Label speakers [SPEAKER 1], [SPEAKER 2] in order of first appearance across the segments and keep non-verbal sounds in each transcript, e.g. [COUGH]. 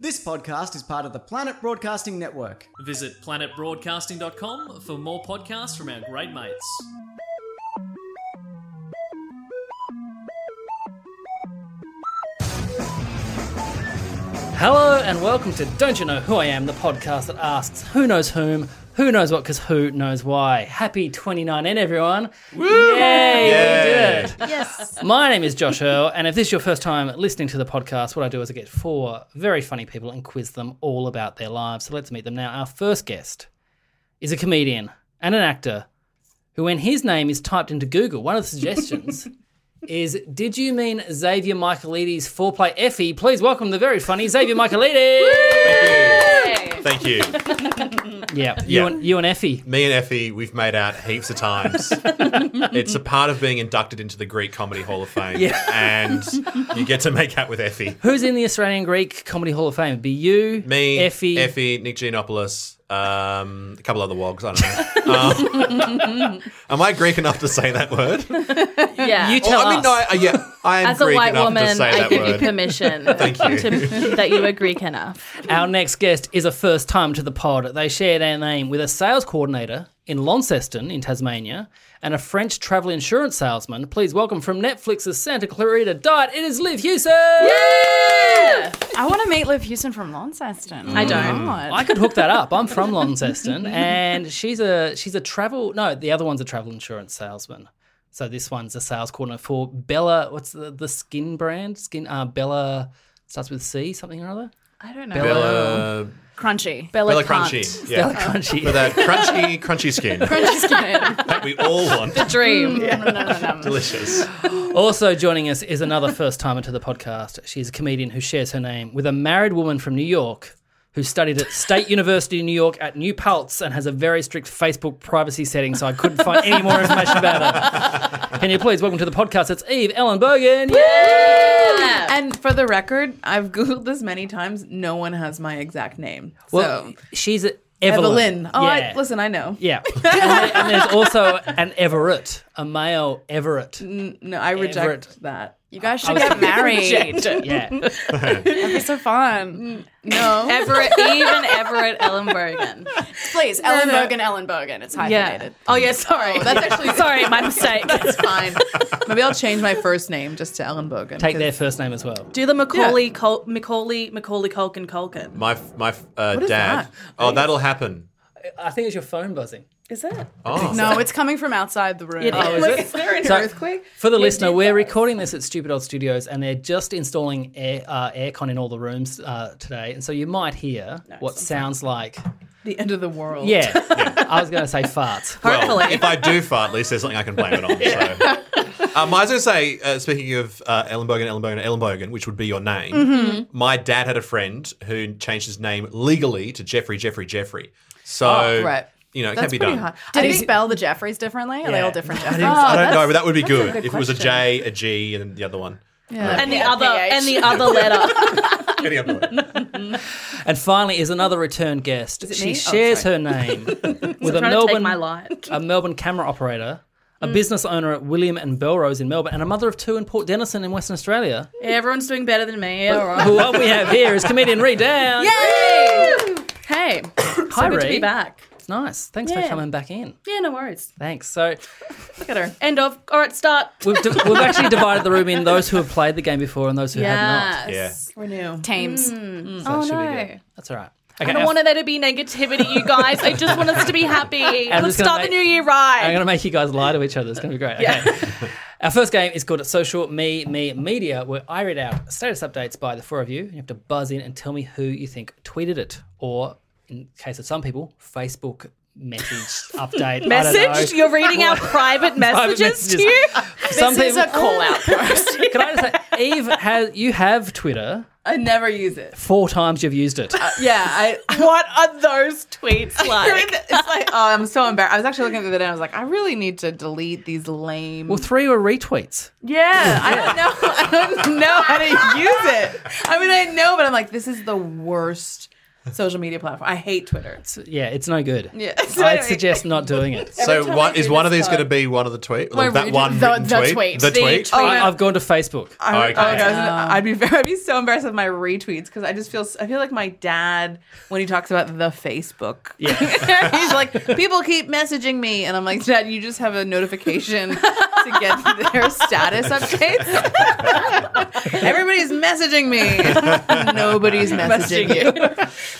[SPEAKER 1] This podcast is part of the Planet Broadcasting Network.
[SPEAKER 2] Visit planetbroadcasting.com for more podcasts from our great mates.
[SPEAKER 3] Hello and welcome to Don't You Know Who I Am, the podcast that asks who knows whom, who knows what, because who knows why. Happy 29N, everyone. Woo! Yay! We did it.
[SPEAKER 4] Yes.
[SPEAKER 3] My name is Josh Earl, and if this is your first time listening to the podcast, what I do is I get four very funny people and quiz them all about their lives. So let's meet them now. Our first guest is a comedian and an actor who, when his name is typed into Google, one of the suggestions is Did you mean Xavier Michaelides foreplay Effie? Please welcome the very funny Xavier Michaelides.
[SPEAKER 5] Thank you.
[SPEAKER 3] yeah, you,
[SPEAKER 5] Yeah.
[SPEAKER 3] And, you and Effie.
[SPEAKER 5] Me and Effie, we've made out heaps of times. it's a part of being inducted into the Greek Comedy Hall of Fame.
[SPEAKER 3] Yeah.
[SPEAKER 5] And you get to make out with Effie.
[SPEAKER 3] Who's in the Australian Greek Comedy Hall of Fame? Be you,
[SPEAKER 5] Me,
[SPEAKER 3] Effie.
[SPEAKER 5] Effie, Nick Giannopoulos, um, a couple other wogs, I don't know. Um, am I Greek enough to say that word?
[SPEAKER 4] Yeah.
[SPEAKER 3] You
[SPEAKER 5] Or,
[SPEAKER 3] tell
[SPEAKER 5] Oh, I mean,
[SPEAKER 3] us.
[SPEAKER 5] no, I, yeah, I am
[SPEAKER 4] As a
[SPEAKER 5] Greek
[SPEAKER 4] white
[SPEAKER 5] enough to
[SPEAKER 4] woman,
[SPEAKER 5] say
[SPEAKER 4] I
[SPEAKER 5] that
[SPEAKER 4] give
[SPEAKER 5] word.
[SPEAKER 4] you permission
[SPEAKER 5] [LAUGHS] Thank you.
[SPEAKER 4] to- that you were Greek enough.
[SPEAKER 3] Our next guest is a first time to the pod. They share their name with a sales coordinator in Launceston in Tasmania and a French travel insurance salesman. Please welcome from Netflix's Santa Clarita Diet, it is Liv Hewson!
[SPEAKER 6] I want to meet Liv Houston from Launceston. Oh, I
[SPEAKER 4] don't.
[SPEAKER 3] I could hook that up. I'm from Launceston and she's a she's a travel no, the other one's a travel insurance salesman. So this one's a sales coordinator for Bella what's the, the skin brand? Skin uh, Bella starts with C something or other.
[SPEAKER 6] I don't know.
[SPEAKER 5] Bella,
[SPEAKER 6] Crunchy.
[SPEAKER 4] Bella,
[SPEAKER 5] Uh, Bella
[SPEAKER 4] can't.
[SPEAKER 5] Crunchy. Yeah.
[SPEAKER 3] Bella Crunchy.
[SPEAKER 5] For that crunchy,
[SPEAKER 4] [LAUGHS]
[SPEAKER 5] crunchy skin that
[SPEAKER 6] Crunchy.
[SPEAKER 5] we all want.
[SPEAKER 4] Dream.
[SPEAKER 6] no, no, no, no.
[SPEAKER 5] Delicious.
[SPEAKER 3] Also joining us is
[SPEAKER 6] [LAUGHS]
[SPEAKER 3] another first timer to the podcast. She's a comedian who shares her name with a married woman from New York who studied at State [LAUGHS] University of New York at New Paltz and has a very strict Facebook privacy setting, so I couldn't find any more information about
[SPEAKER 6] [LAUGHS]
[SPEAKER 3] her. Can you please welcome to the podcast? It's Eve Ellen Bergen.
[SPEAKER 6] And for the record, I've Googled this many times. No one has my exact name.
[SPEAKER 3] Well,
[SPEAKER 6] so,
[SPEAKER 3] she's a-
[SPEAKER 6] Evelyn.
[SPEAKER 3] Evelyn.
[SPEAKER 6] Oh,
[SPEAKER 3] Yeah.
[SPEAKER 6] I, listen, I know.
[SPEAKER 3] Yeah.
[SPEAKER 6] [LAUGHS]
[SPEAKER 3] and, there- and there's also an Everett, a male Everett.
[SPEAKER 6] No, I reject
[SPEAKER 3] Everett.
[SPEAKER 6] that. You guys
[SPEAKER 3] should get
[SPEAKER 6] married. [LAUGHS]
[SPEAKER 3] Yeah.
[SPEAKER 6] That'd be so fun. No.
[SPEAKER 4] Everett, even Everett Ellen Bergen.
[SPEAKER 6] Please, Ellen Bogan, Ellen Bogan. It's
[SPEAKER 4] Yeah.
[SPEAKER 6] hyphenated.
[SPEAKER 4] Oh, yeah, sorry.
[SPEAKER 6] That's actually
[SPEAKER 4] [LAUGHS] sorry,
[SPEAKER 6] [LAUGHS]
[SPEAKER 4] my mistake.
[SPEAKER 6] That's fine. Maybe I'll change my first name just to Ellen Bogan.
[SPEAKER 3] Take their first name as well.
[SPEAKER 4] Do the Macaulay, Cul- Macaulay, Macaulay Culkin, Culkin.
[SPEAKER 5] My my uh,
[SPEAKER 6] is
[SPEAKER 5] dad.
[SPEAKER 6] that?
[SPEAKER 5] Oh, that'll happen.
[SPEAKER 3] I think it's your phone buzzing.
[SPEAKER 4] Is it?
[SPEAKER 5] Oh,
[SPEAKER 6] No, it's coming from outside the room.
[SPEAKER 4] It [LAUGHS] is.
[SPEAKER 6] Like, is there an
[SPEAKER 3] So,
[SPEAKER 6] earthquake?
[SPEAKER 3] For the listener, we're recording this at Stupid Old Studios, and they're just installing air uh, aircon in all the rooms uh, today, and so you might hear what sounds like.
[SPEAKER 6] The end of the
[SPEAKER 4] Oh. [LAUGHS]
[SPEAKER 6] world.
[SPEAKER 3] Yeah, I was going to say farts.
[SPEAKER 5] well,
[SPEAKER 4] Hopefully.
[SPEAKER 5] if I do fart, at least there's something I can blame it on. So. [LAUGHS] Um, I was going to say, uh, speaking of uh, Ellenbogen, Ellenbogen, Ellenbogen, which would be your name,
[SPEAKER 6] Mm-hmm.
[SPEAKER 5] my dad had a friend who changed his name legally to Jeffrey, Jeffrey, Jeffrey. So,
[SPEAKER 6] Oh, right.
[SPEAKER 5] you know, it
[SPEAKER 6] That's
[SPEAKER 5] can be
[SPEAKER 6] pretty
[SPEAKER 5] done.
[SPEAKER 6] high.
[SPEAKER 5] I
[SPEAKER 6] Did he spell the Jeffreys differently? Are they
[SPEAKER 3] Yeah.
[SPEAKER 6] all different
[SPEAKER 5] didn't-
[SPEAKER 6] Jeffreys? Oh,
[SPEAKER 5] I don't know, but that would be good,
[SPEAKER 6] good
[SPEAKER 5] if it was a J, a G, and the other one. Uh,
[SPEAKER 6] Yeah.
[SPEAKER 4] And the other and the other letter.
[SPEAKER 5] [LAUGHS] Any other
[SPEAKER 6] [LAUGHS]
[SPEAKER 5] one.
[SPEAKER 3] And finally, is another return guest.
[SPEAKER 6] it
[SPEAKER 3] she
[SPEAKER 6] me? Oh,
[SPEAKER 3] shares
[SPEAKER 6] sorry.
[SPEAKER 4] [LAUGHS]
[SPEAKER 3] her name with a
[SPEAKER 4] Trying to take
[SPEAKER 3] Melbourne,
[SPEAKER 4] my Mm. light.
[SPEAKER 3] a Melbourne camera operator, a business owner at William and Belrose in Melbourne, and a mother of two in Port Denison in Western Australia.
[SPEAKER 4] Everyone's doing better than me. All right. [LAUGHS]
[SPEAKER 3] Who what we have here is comedian Reed Down.
[SPEAKER 4] Hey! Hey, so
[SPEAKER 3] Hi,
[SPEAKER 4] good to be
[SPEAKER 3] Reed.
[SPEAKER 4] back.
[SPEAKER 3] That's nice. Thanks for
[SPEAKER 4] Yeah.
[SPEAKER 3] coming back in.
[SPEAKER 4] Yeah, no worries.
[SPEAKER 3] Thanks. So
[SPEAKER 4] Look at her. End of. All right, start.
[SPEAKER 3] we've, di- we've actually divided the room in those who have played the game before and those who have not.
[SPEAKER 4] Yes. Yeah. Renew.
[SPEAKER 6] Tames.
[SPEAKER 3] So
[SPEAKER 4] oh
[SPEAKER 3] that should be
[SPEAKER 4] no.
[SPEAKER 3] good. That's all right.
[SPEAKER 4] I don't
[SPEAKER 3] our-
[SPEAKER 4] want there to be negativity, you guys. I just want
[SPEAKER 3] [LAUGHS]
[SPEAKER 4] us to be happy.
[SPEAKER 3] I'm
[SPEAKER 4] Let's
[SPEAKER 3] just gonna
[SPEAKER 4] start
[SPEAKER 3] make-
[SPEAKER 4] the new year
[SPEAKER 3] I'm
[SPEAKER 4] right.
[SPEAKER 3] going to make you guys lie to each other. It's going to be great. Okay. [LAUGHS] Our first game is called Social Me Me Media, where I read out status updates by the four of you. You have to buzz in and tell me who you think tweeted it, or in case of some people, Facebook message
[SPEAKER 4] [LAUGHS]
[SPEAKER 3] update.
[SPEAKER 4] Message? You're reading
[SPEAKER 3] [LAUGHS]
[SPEAKER 4] our private messages, to
[SPEAKER 3] messages.
[SPEAKER 4] you?
[SPEAKER 3] Some This is people- a [LAUGHS]
[SPEAKER 6] out post.
[SPEAKER 3] Can I just say, Eve, has, you have Twitter.
[SPEAKER 6] I never use it.
[SPEAKER 3] Four times you've used it.
[SPEAKER 4] Uh,
[SPEAKER 6] Yeah, I.
[SPEAKER 4] What are those tweets like?
[SPEAKER 6] it's like, oh, I'm so embarrassed. I was actually looking at the day and I was like, I really need to delete these lame.
[SPEAKER 3] well, three were retweets.
[SPEAKER 6] [LAUGHS] yeah, I don't know. I don't know how to use it. [LAUGHS] I mean, I know, but I'm like, this is the worst social media platform. I hate Twitter.
[SPEAKER 3] Yeah, it's no good.
[SPEAKER 6] Yeah.
[SPEAKER 3] [LAUGHS] I'd suggest not doing
[SPEAKER 5] [LAUGHS]
[SPEAKER 3] it.
[SPEAKER 5] So
[SPEAKER 6] time
[SPEAKER 5] what
[SPEAKER 6] I
[SPEAKER 5] is
[SPEAKER 6] do
[SPEAKER 5] one
[SPEAKER 6] this
[SPEAKER 5] of these
[SPEAKER 6] part-
[SPEAKER 5] going to be one of the tweet?
[SPEAKER 6] Where
[SPEAKER 5] Like that
[SPEAKER 6] we
[SPEAKER 5] one
[SPEAKER 6] do- the-
[SPEAKER 5] written
[SPEAKER 6] the
[SPEAKER 5] tweet?
[SPEAKER 6] tweet.
[SPEAKER 5] The
[SPEAKER 6] The
[SPEAKER 5] tweet.
[SPEAKER 6] tweet.
[SPEAKER 3] I, I've gone to Facebook.
[SPEAKER 6] I,
[SPEAKER 5] Okay.
[SPEAKER 6] oh, no, I'd be very, [LAUGHS] I'd be so embarrassed with my retweets because I just feel s- I feel like my dad when he talks about the Facebook. Yeah, [LAUGHS] he's like people keep messaging me, and I'm like, Dad, you just have
[SPEAKER 4] [LAUGHS]
[SPEAKER 6] a notification to get their status updates. [LAUGHS] Everybody's
[SPEAKER 4] [LAUGHS]
[SPEAKER 6] messaging me. Nobody's messaging, you.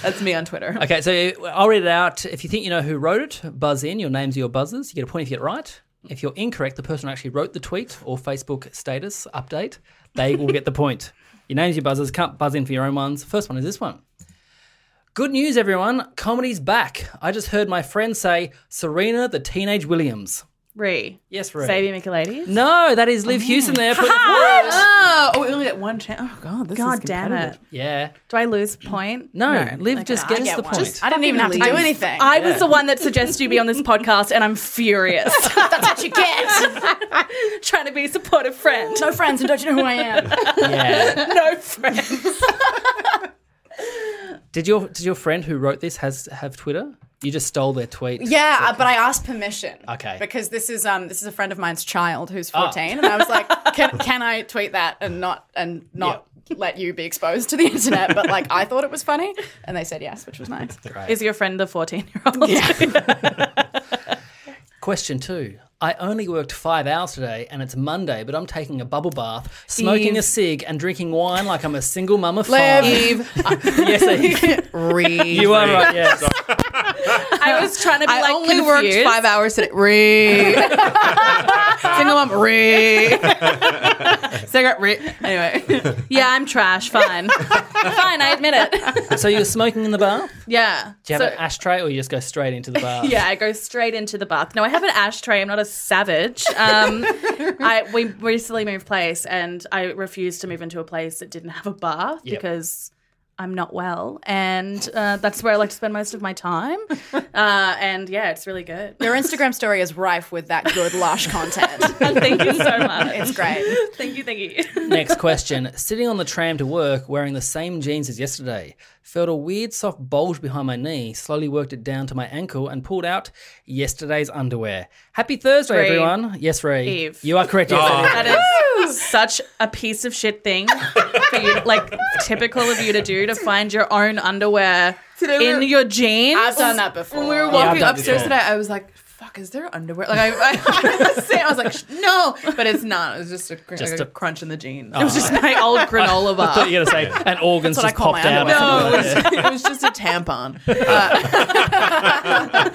[SPEAKER 6] That's me on Twitter.
[SPEAKER 3] Okay, so I'll read it out. If you think you know who wrote it, buzz in. Your names are your buzzers. You get a point if you get it right. If you're incorrect, the person who actually wrote the tweet or Facebook status update, they will get the point. Your names, your buzzers. Can't buzz in for your own ones. First one is this one. Good news, everyone. Comedy's back. I just heard my friend say Serena the Teenage Williams.
[SPEAKER 4] Ree.
[SPEAKER 3] Yes, Rue.
[SPEAKER 4] Baby McLadies?
[SPEAKER 3] No, that is Liv Houston there. Putting it forward.
[SPEAKER 6] Oh, oh, we only get one chance. Oh God, this is
[SPEAKER 4] God damn it.
[SPEAKER 3] Yeah.
[SPEAKER 4] Do I lose point?
[SPEAKER 3] No, Liv just gets
[SPEAKER 6] get
[SPEAKER 3] the
[SPEAKER 6] one.
[SPEAKER 3] point.
[SPEAKER 6] Just- I didn't even have to do anything.
[SPEAKER 4] I was the one that suggested you be
[SPEAKER 7] [LAUGHS]
[SPEAKER 4] on this podcast, and I'm furious.
[SPEAKER 7] That's what you get.
[SPEAKER 4] [LAUGHS] Trying to be a supportive friend.
[SPEAKER 7] No friends, and don't you know who I am?
[SPEAKER 3] yeah.
[SPEAKER 4] [LAUGHS] No friends.
[SPEAKER 3] Did your did your friend who wrote this has have Twitter? You just stole their tweet.
[SPEAKER 7] Yeah, uh, but I asked permission.
[SPEAKER 3] Okay.
[SPEAKER 7] Because this is um this is a friend of mine's child who's 14 and I was [LAUGHS] like, can, can I tweet that and not and not let you be exposed to the internet, but like I thought it was funny and they said yes, which was [LAUGHS] nice.
[SPEAKER 4] Is your friend the 14 year old? Yeah.
[SPEAKER 3] Question two. I only worked five hours today and it's Monday, but I'm taking a bubble bath, smoking a cig, and drinking wine like I'm a single mum of five.
[SPEAKER 6] Eve,
[SPEAKER 3] yes, Eve.
[SPEAKER 6] read.
[SPEAKER 3] you are right, yes.
[SPEAKER 4] I was trying to be
[SPEAKER 6] I
[SPEAKER 4] like
[SPEAKER 6] only
[SPEAKER 4] confused.
[SPEAKER 6] worked five hours today. Re. Single mom. Re. Cigarette. Re. Anyway.
[SPEAKER 4] Yeah, I'm trash. Fine. Fine, I admit it.
[SPEAKER 3] so you're smoking in the bath?
[SPEAKER 4] Yeah.
[SPEAKER 3] Do you have
[SPEAKER 4] So-
[SPEAKER 3] an ashtray or you just go straight into the bath?
[SPEAKER 4] yeah, I go straight into the bath. No, I have an ashtray. I'm not a savage. Um, I we recently moved place, and I refused to move into a place that didn't have a bath
[SPEAKER 3] Yep.
[SPEAKER 4] because I'm not well, and uh, that's where I like to spend most of my time. Uh, and yeah, it's really good.
[SPEAKER 7] Your Instagram story is rife with that good lush
[SPEAKER 6] [LAUGHS]
[SPEAKER 7] content.
[SPEAKER 4] thank you so much.
[SPEAKER 7] it's great.
[SPEAKER 4] Thank you, thank you.
[SPEAKER 3] Next question. Sitting on the tram to work wearing the same jeans as yesterday. Felt a weird soft bulge behind my knee, slowly worked it down to my ankle, and pulled out yesterday's underwear. Happy Thursday,
[SPEAKER 4] Ree.
[SPEAKER 3] everyone. Yes, Ray.
[SPEAKER 4] Eve.
[SPEAKER 3] You are correct. Yes, it is.
[SPEAKER 4] That is such a piece of shit thing for you, like typical of you to do to find your own underwear
[SPEAKER 6] Today
[SPEAKER 4] in
[SPEAKER 6] we-
[SPEAKER 4] your jeans.
[SPEAKER 7] I've done that before.
[SPEAKER 6] When we were
[SPEAKER 3] Yeah, I've
[SPEAKER 6] walking
[SPEAKER 3] done
[SPEAKER 6] upstairs
[SPEAKER 3] before.
[SPEAKER 6] today, I was like, fuck, is there underwear? Like, I, [LAUGHS] I, I was saying, I was like, "Sh- no, but it's not. It was just a, cr-
[SPEAKER 3] Just
[SPEAKER 6] like a
[SPEAKER 3] a- Ah.
[SPEAKER 6] crunch in the jeans.
[SPEAKER 4] It was just my
[SPEAKER 3] [LAUGHS]
[SPEAKER 4] old granola bar.
[SPEAKER 3] thought you were going to say an organ's
[SPEAKER 7] That's what
[SPEAKER 3] just
[SPEAKER 7] I call my
[SPEAKER 3] popped out.
[SPEAKER 7] underwear.
[SPEAKER 6] no, it was, it was just a
[SPEAKER 3] [LAUGHS]
[SPEAKER 6] tampon. Uh,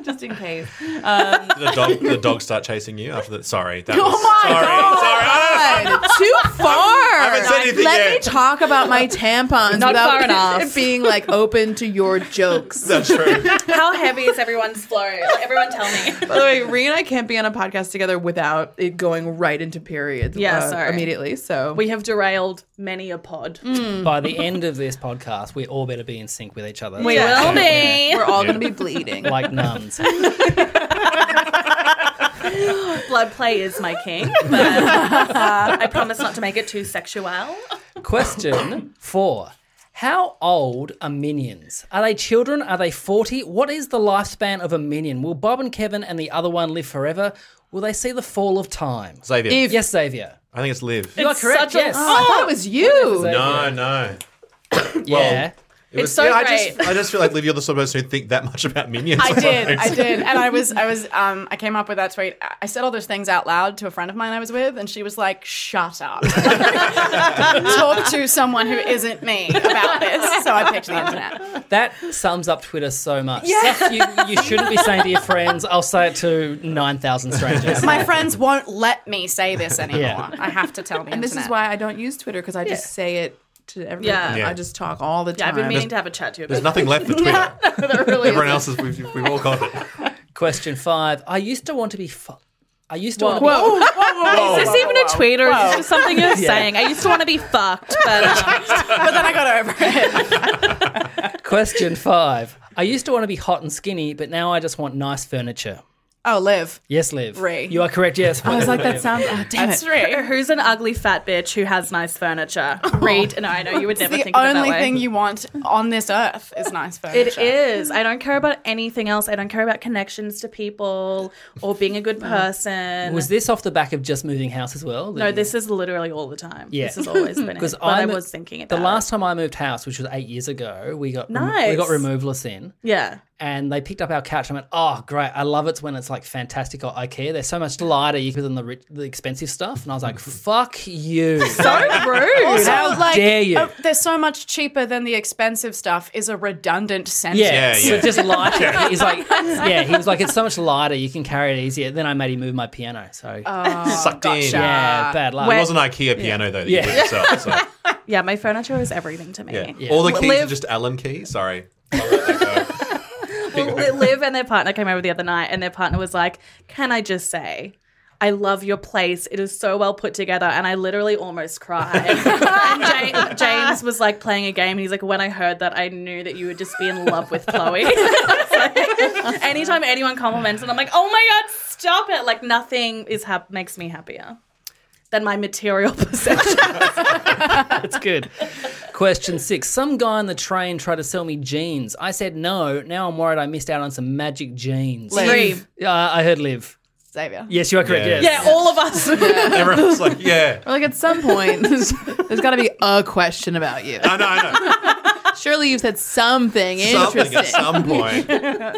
[SPEAKER 6] [LAUGHS] just in case. Um,
[SPEAKER 5] The dog. The dog start chasing you after that. Sorry. That
[SPEAKER 6] Oh
[SPEAKER 5] was,
[SPEAKER 6] my
[SPEAKER 5] sorry,
[SPEAKER 6] God.
[SPEAKER 5] Sorry. Ah, I don't know.
[SPEAKER 4] [LAUGHS]
[SPEAKER 6] Too far.
[SPEAKER 5] haven't said anything
[SPEAKER 6] Let
[SPEAKER 5] yet.
[SPEAKER 6] me talk about my tampons
[SPEAKER 4] Not
[SPEAKER 6] without
[SPEAKER 4] far enough.
[SPEAKER 6] it being like open to your jokes.
[SPEAKER 5] That's
[SPEAKER 6] [LAUGHS]
[SPEAKER 5] true.
[SPEAKER 4] How heavy is everyone's flow? Like, everyone tell me.
[SPEAKER 6] By the way, Ree and I can't be on a podcast together without it going right into periods.
[SPEAKER 4] Yeah,
[SPEAKER 6] uh,
[SPEAKER 4] sorry.
[SPEAKER 6] immediately. So Mm.
[SPEAKER 4] We have derailed many a pod.
[SPEAKER 3] By the end of this podcast, we all better be in sync with each other.
[SPEAKER 4] We will be.
[SPEAKER 6] [LAUGHS] we're all going
[SPEAKER 4] [LAUGHS]
[SPEAKER 6] to be bleeding.
[SPEAKER 3] like nuns.
[SPEAKER 4] Blood play is my king, but uh, I promise not to make it too sexual.
[SPEAKER 3] Question four. How old are minions? Are they children? Are they 40? What is the lifespan of a minion? Will Bob and Kevin and the other one live forever? Will they see the fall of time?
[SPEAKER 5] Xavier.
[SPEAKER 3] Yes, Xavier.
[SPEAKER 5] I think it's Liv.
[SPEAKER 4] Oh,
[SPEAKER 3] You are correct.
[SPEAKER 4] such a-
[SPEAKER 3] yes.
[SPEAKER 6] oh, I thought it was you.
[SPEAKER 5] No, no.
[SPEAKER 3] yeah.
[SPEAKER 5] It was-
[SPEAKER 4] It's so
[SPEAKER 5] yeah, I
[SPEAKER 4] great.
[SPEAKER 5] just, I just feel like Livy, you're the sort of person who think that much about minions. [LAUGHS]
[SPEAKER 4] I did, I
[SPEAKER 5] sometimes.
[SPEAKER 4] did, and I
[SPEAKER 5] [LAUGHS]
[SPEAKER 4] was, I was, um, I came up with that tweet. I- I said all those things out loud to a friend of mine I was with, and she was like, "Shut
[SPEAKER 5] [LAUGHS]
[SPEAKER 4] up, talk to someone who isn't me about this." So I picked the internet.
[SPEAKER 3] That sums up Twitter so much.
[SPEAKER 4] Yeah.
[SPEAKER 3] Stuff you, you shouldn't be saying to your friends. I'll say it to 9,000 strangers.
[SPEAKER 6] [LAUGHS]
[SPEAKER 4] My friends won't let me say this anymore.
[SPEAKER 3] Yeah.
[SPEAKER 4] I have to tell the
[SPEAKER 8] And this is
[SPEAKER 4] internet.
[SPEAKER 8] why I don't use Twitter because I just say it to everyone.
[SPEAKER 4] Yeah. Yeah.
[SPEAKER 8] I just talk all the time.
[SPEAKER 6] Yeah, I've been meaning to have a chat to you about
[SPEAKER 5] There's nothing left
[SPEAKER 4] [LAUGHS]
[SPEAKER 5] for Twitter. Everyone else is we've, we've all got it.
[SPEAKER 3] Question five. I used to want to be. Fu- I used to
[SPEAKER 6] Whoa.
[SPEAKER 3] want to be.
[SPEAKER 6] Whoa. Is this even a tweet or is
[SPEAKER 3] Whoa.
[SPEAKER 6] this just something you're
[SPEAKER 3] Yeah.
[SPEAKER 6] saying? I used to want to be fucked, but, um, [LAUGHS] but then I got over it.
[SPEAKER 3] Question five. I used to want to be hot and skinny, but now I just want nice furniture.
[SPEAKER 4] Oh, live.
[SPEAKER 3] Yes, Liv.
[SPEAKER 4] Ree.
[SPEAKER 3] You are correct. [LAUGHS] Yes. Liv.
[SPEAKER 8] Oh,
[SPEAKER 3] That's
[SPEAKER 6] Who's an ugly fat bitch who has nice furniture? Read. No, I know you
[SPEAKER 4] Oh. It's
[SPEAKER 6] would never
[SPEAKER 4] the
[SPEAKER 6] think of it that
[SPEAKER 4] only
[SPEAKER 6] way.
[SPEAKER 4] thing you want on this earth is nice furniture.
[SPEAKER 6] It is. I don't care about anything else. I don't care about connections to people or being a good
[SPEAKER 4] Mm.
[SPEAKER 6] person.
[SPEAKER 3] Was this off the back of just moving house as well?
[SPEAKER 6] no, this is literally all the time.
[SPEAKER 3] Yeah.
[SPEAKER 6] This has always been it. But I
[SPEAKER 3] I'm-
[SPEAKER 6] was thinking about
[SPEAKER 3] the last time I moved house, which was eight years ago, we got rem- we
[SPEAKER 6] Nice.
[SPEAKER 3] got removalists in.
[SPEAKER 6] it. Yeah.
[SPEAKER 3] And they picked up our couch and went, oh, great. I love it when it's like fantastic or IKEA. They're so much lighter you than the, rich, the expensive stuff. And I was like, fuck
[SPEAKER 6] [LAUGHS]
[SPEAKER 3] you.
[SPEAKER 4] So
[SPEAKER 3] rude.
[SPEAKER 4] Also,
[SPEAKER 3] How
[SPEAKER 4] like,
[SPEAKER 3] dare you.
[SPEAKER 6] oh,
[SPEAKER 4] uh, they're so much cheaper than the expensive stuff is a redundant sentence.
[SPEAKER 3] Yeah, so just lighter. He's [LAUGHS] like, yeah, he was like, it's so much lighter, you can carry it easier. Then I made him move my piano, so
[SPEAKER 6] Oh,
[SPEAKER 5] Sucked in.
[SPEAKER 3] gotcha. Yeah, bad luck.
[SPEAKER 5] It was an IKEA piano though that you
[SPEAKER 3] Yeah.
[SPEAKER 5] did yourself. So,
[SPEAKER 6] Yeah, my furniture is everything to me.
[SPEAKER 5] yeah. All the keys
[SPEAKER 6] Liv,
[SPEAKER 5] are just Allen keys. Sorry.
[SPEAKER 6] well, Li- Liv and their partner came over the other night, and their partner was like, Can I just say? I love your place. It is so well put together. And I literally almost cried. and Ja- James was like playing a game. And he's like, when I heard that, I knew that you would just be in love with Chloe. [LAUGHS] Anytime anyone compliments, and I'm like, oh my God, stop it. Like, nothing is hap- makes me happier than my material [LAUGHS] possessions.
[SPEAKER 3] That's good. Question six. Some guy on the train tried to sell me jeans. I said no. Now I'm worried I missed out on some magic jeans.
[SPEAKER 4] Liv. Liv.
[SPEAKER 3] Yeah, I I heard live.
[SPEAKER 4] Xavier.
[SPEAKER 3] Yes, you are correct.
[SPEAKER 5] Yeah.
[SPEAKER 3] Yes.
[SPEAKER 8] Yeah,
[SPEAKER 6] all of us.
[SPEAKER 5] Everyone's like, yeah.
[SPEAKER 8] Like at some point, there's, there's got to be a question about you.
[SPEAKER 5] I know, I
[SPEAKER 8] know. Surely you've said something,
[SPEAKER 5] Something
[SPEAKER 8] interesting. [LAUGHS]
[SPEAKER 5] at some point. I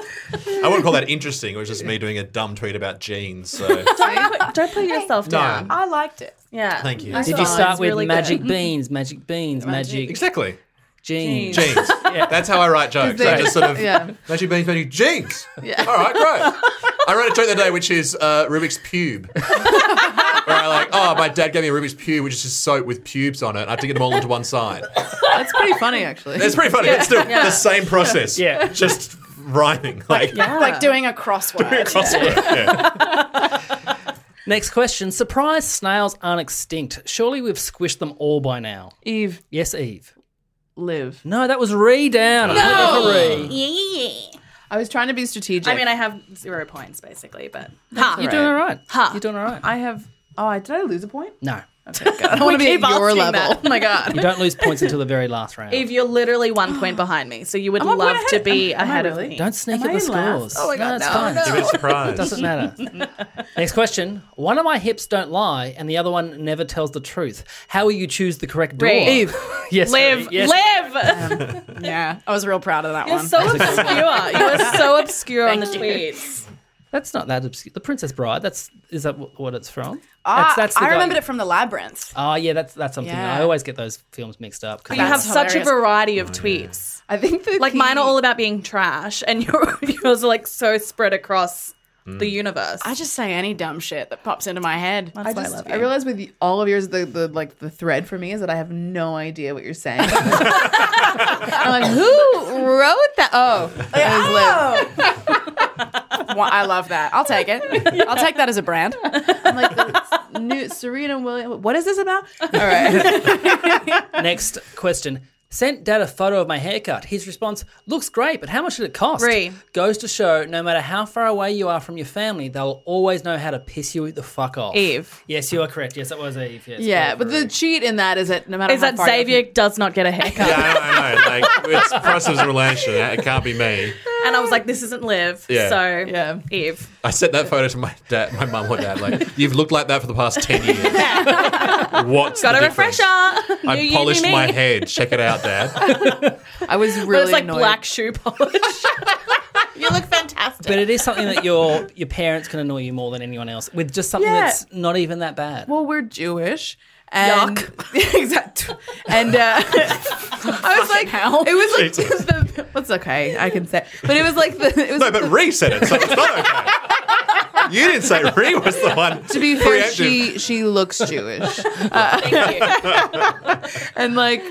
[SPEAKER 5] wouldn't call that interesting. It was just me doing a dumb tweet about jeans. So
[SPEAKER 6] don't, put, don't put yourself
[SPEAKER 5] No.
[SPEAKER 6] down.
[SPEAKER 4] I liked it.
[SPEAKER 6] Yeah.
[SPEAKER 5] Thank you.
[SPEAKER 6] I
[SPEAKER 3] Did
[SPEAKER 6] saw
[SPEAKER 3] you
[SPEAKER 6] it.
[SPEAKER 3] start
[SPEAKER 6] It's
[SPEAKER 3] with
[SPEAKER 6] really
[SPEAKER 8] [LAUGHS]
[SPEAKER 3] magic
[SPEAKER 6] good.
[SPEAKER 3] beans, magic beans, magic
[SPEAKER 5] exactly
[SPEAKER 3] jeans?
[SPEAKER 5] jeans.
[SPEAKER 8] [LAUGHS]
[SPEAKER 5] That's how I write jokes.
[SPEAKER 3] They-
[SPEAKER 5] I just sort of
[SPEAKER 3] yeah.
[SPEAKER 5] magic beans, magic jeans. All right, great. I wrote a joke the other day, which is uh, Rubik's pube. [LAUGHS] Where I like, oh, my dad gave me a Rubik's pube, which is just soap with pubes on it. I have to get them all into one side.
[SPEAKER 8] That's pretty funny, actually.
[SPEAKER 5] It's pretty funny.
[SPEAKER 8] Yeah.
[SPEAKER 5] It's still
[SPEAKER 8] Yeah.
[SPEAKER 5] the same process.
[SPEAKER 3] Yeah.
[SPEAKER 5] Just rhyming. Like,
[SPEAKER 8] Ah.
[SPEAKER 4] Like doing a crossword.
[SPEAKER 8] [LAUGHS]
[SPEAKER 3] Next question. Surprise snails aren't extinct. Surely we've squished them all by now.
[SPEAKER 8] Eve.
[SPEAKER 3] Yes, Eve.
[SPEAKER 8] Live.
[SPEAKER 3] No, that was Ree down.
[SPEAKER 8] No.
[SPEAKER 6] Yeah.
[SPEAKER 8] I was trying to be strategic.
[SPEAKER 6] I mean, I have zero points basically, but
[SPEAKER 8] That's
[SPEAKER 3] You're doing all right.
[SPEAKER 6] Ha.
[SPEAKER 3] You're doing all right.
[SPEAKER 8] I have. Oh, I- did I lose a point?
[SPEAKER 3] No.
[SPEAKER 8] [LAUGHS] I don't want to be
[SPEAKER 6] keep
[SPEAKER 8] at your
[SPEAKER 6] asking
[SPEAKER 8] level.
[SPEAKER 6] that. Oh my god.
[SPEAKER 8] [LAUGHS]
[SPEAKER 3] You don't lose points until the very last round.
[SPEAKER 6] Eve, you're literally
[SPEAKER 8] [GASPS]
[SPEAKER 6] one point behind me, so you would
[SPEAKER 8] I'm one point
[SPEAKER 6] love to
[SPEAKER 8] ahead.
[SPEAKER 6] be
[SPEAKER 8] Am- am I
[SPEAKER 6] ahead
[SPEAKER 8] really?
[SPEAKER 6] of me.
[SPEAKER 3] Don't sneak
[SPEAKER 8] Am
[SPEAKER 3] at
[SPEAKER 8] I
[SPEAKER 3] the
[SPEAKER 8] in last?
[SPEAKER 3] scores.
[SPEAKER 8] Oh my God,
[SPEAKER 3] no, it's
[SPEAKER 8] no,
[SPEAKER 3] fine.
[SPEAKER 8] no. Give it a surprise.
[SPEAKER 3] It doesn't
[SPEAKER 6] [LAUGHS]
[SPEAKER 3] matter. Next question. One of my hips don't lie, and the other one never tells the truth. How will you choose the correct door?
[SPEAKER 6] Ree. Eve.
[SPEAKER 3] [LAUGHS] yes,
[SPEAKER 6] Live,
[SPEAKER 3] Ree. Yes.
[SPEAKER 6] live.
[SPEAKER 4] yeah, I was real proud of that
[SPEAKER 6] You're
[SPEAKER 4] one.
[SPEAKER 6] [LAUGHS] so obscure. You are so obscure on the tweets.
[SPEAKER 3] That's not that obscure. The Princess Bride. That's is that wh- what it's from?
[SPEAKER 4] Ah,
[SPEAKER 3] that's, that's
[SPEAKER 4] I remembered it from the labyrinth.
[SPEAKER 3] Oh yeah, that's that's something.
[SPEAKER 4] Yeah.
[SPEAKER 3] I always get those films mixed up. 'cause
[SPEAKER 6] You have
[SPEAKER 3] that's-
[SPEAKER 6] such a
[SPEAKER 4] hilarious.
[SPEAKER 6] variety
[SPEAKER 4] Oh,
[SPEAKER 6] of tweets.
[SPEAKER 8] I think the
[SPEAKER 6] Like mine are all about being trash, and [LAUGHS] your, yours are like so spread across
[SPEAKER 8] Mm.
[SPEAKER 6] the universe.
[SPEAKER 4] I just say any dumb shit that pops into my head.
[SPEAKER 6] That's
[SPEAKER 8] I
[SPEAKER 6] why I
[SPEAKER 8] just
[SPEAKER 6] love
[SPEAKER 8] I,
[SPEAKER 6] you.
[SPEAKER 8] realize with all of yours the, the like the thread for me is that I have no idea what you're
[SPEAKER 4] [LAUGHS]
[SPEAKER 8] saying. I'm like, who wrote that? Oh, that was Liv.
[SPEAKER 4] [LAUGHS] Well, Oh. I love that. I'll take it. I'll take that as a brand.
[SPEAKER 8] I'm like, new, Serena Williams. What is this
[SPEAKER 4] [LAUGHS]
[SPEAKER 8] about? All right,
[SPEAKER 3] Next question. Sent dad a photo of my haircut. His response, looks great, but how much did it cost?
[SPEAKER 6] Ree.
[SPEAKER 3] Goes to show no matter how far away you are from your family, they'll always know how to piss you the fuck off.
[SPEAKER 6] Eve.
[SPEAKER 3] Yes, you are correct. Yes, that was Eve. Yes,
[SPEAKER 8] yeah,
[SPEAKER 3] go for
[SPEAKER 8] but the
[SPEAKER 3] Eve.
[SPEAKER 8] cheat in that is that no matter
[SPEAKER 6] Is
[SPEAKER 8] how
[SPEAKER 6] that
[SPEAKER 8] far you're
[SPEAKER 6] Xavier does not get a [LAUGHS] haircut?
[SPEAKER 5] Yeah, I know, I know. Like, it's process of relation. It can't be me.
[SPEAKER 6] And I was like, this isn't live.
[SPEAKER 5] Yeah.
[SPEAKER 6] So Eve.
[SPEAKER 5] I sent that photo to my dad, my mum or dad. Like, you've looked like that for the past ten years. What's
[SPEAKER 6] Got
[SPEAKER 5] the
[SPEAKER 6] a
[SPEAKER 5] difference?
[SPEAKER 6] refresher. New
[SPEAKER 5] I
[SPEAKER 6] [LAUGHS] you, new
[SPEAKER 5] polished
[SPEAKER 6] me.
[SPEAKER 5] my head. Check it out, Dad.
[SPEAKER 6] I was
[SPEAKER 4] But
[SPEAKER 6] really
[SPEAKER 4] it's like
[SPEAKER 6] annoyed.
[SPEAKER 4] black shoe polish.
[SPEAKER 6] [LAUGHS]
[SPEAKER 4] you look fantastic.
[SPEAKER 3] But it is something that your your parents can annoy you more than anyone else with just something
[SPEAKER 6] Yeah.
[SPEAKER 3] that's not even that bad.
[SPEAKER 6] Well, we're Jewish. And [LAUGHS] exact. And [LAUGHS] uh, I was like, it was like
[SPEAKER 5] Jesus.
[SPEAKER 6] the, what's okay, I can say, but it was like the it was
[SPEAKER 5] no, but Ree said it, so it's not okay. You didn't say Ree was the one.
[SPEAKER 6] to be fair,
[SPEAKER 5] preemptive.
[SPEAKER 6] she she looks Jewish. Uh, and like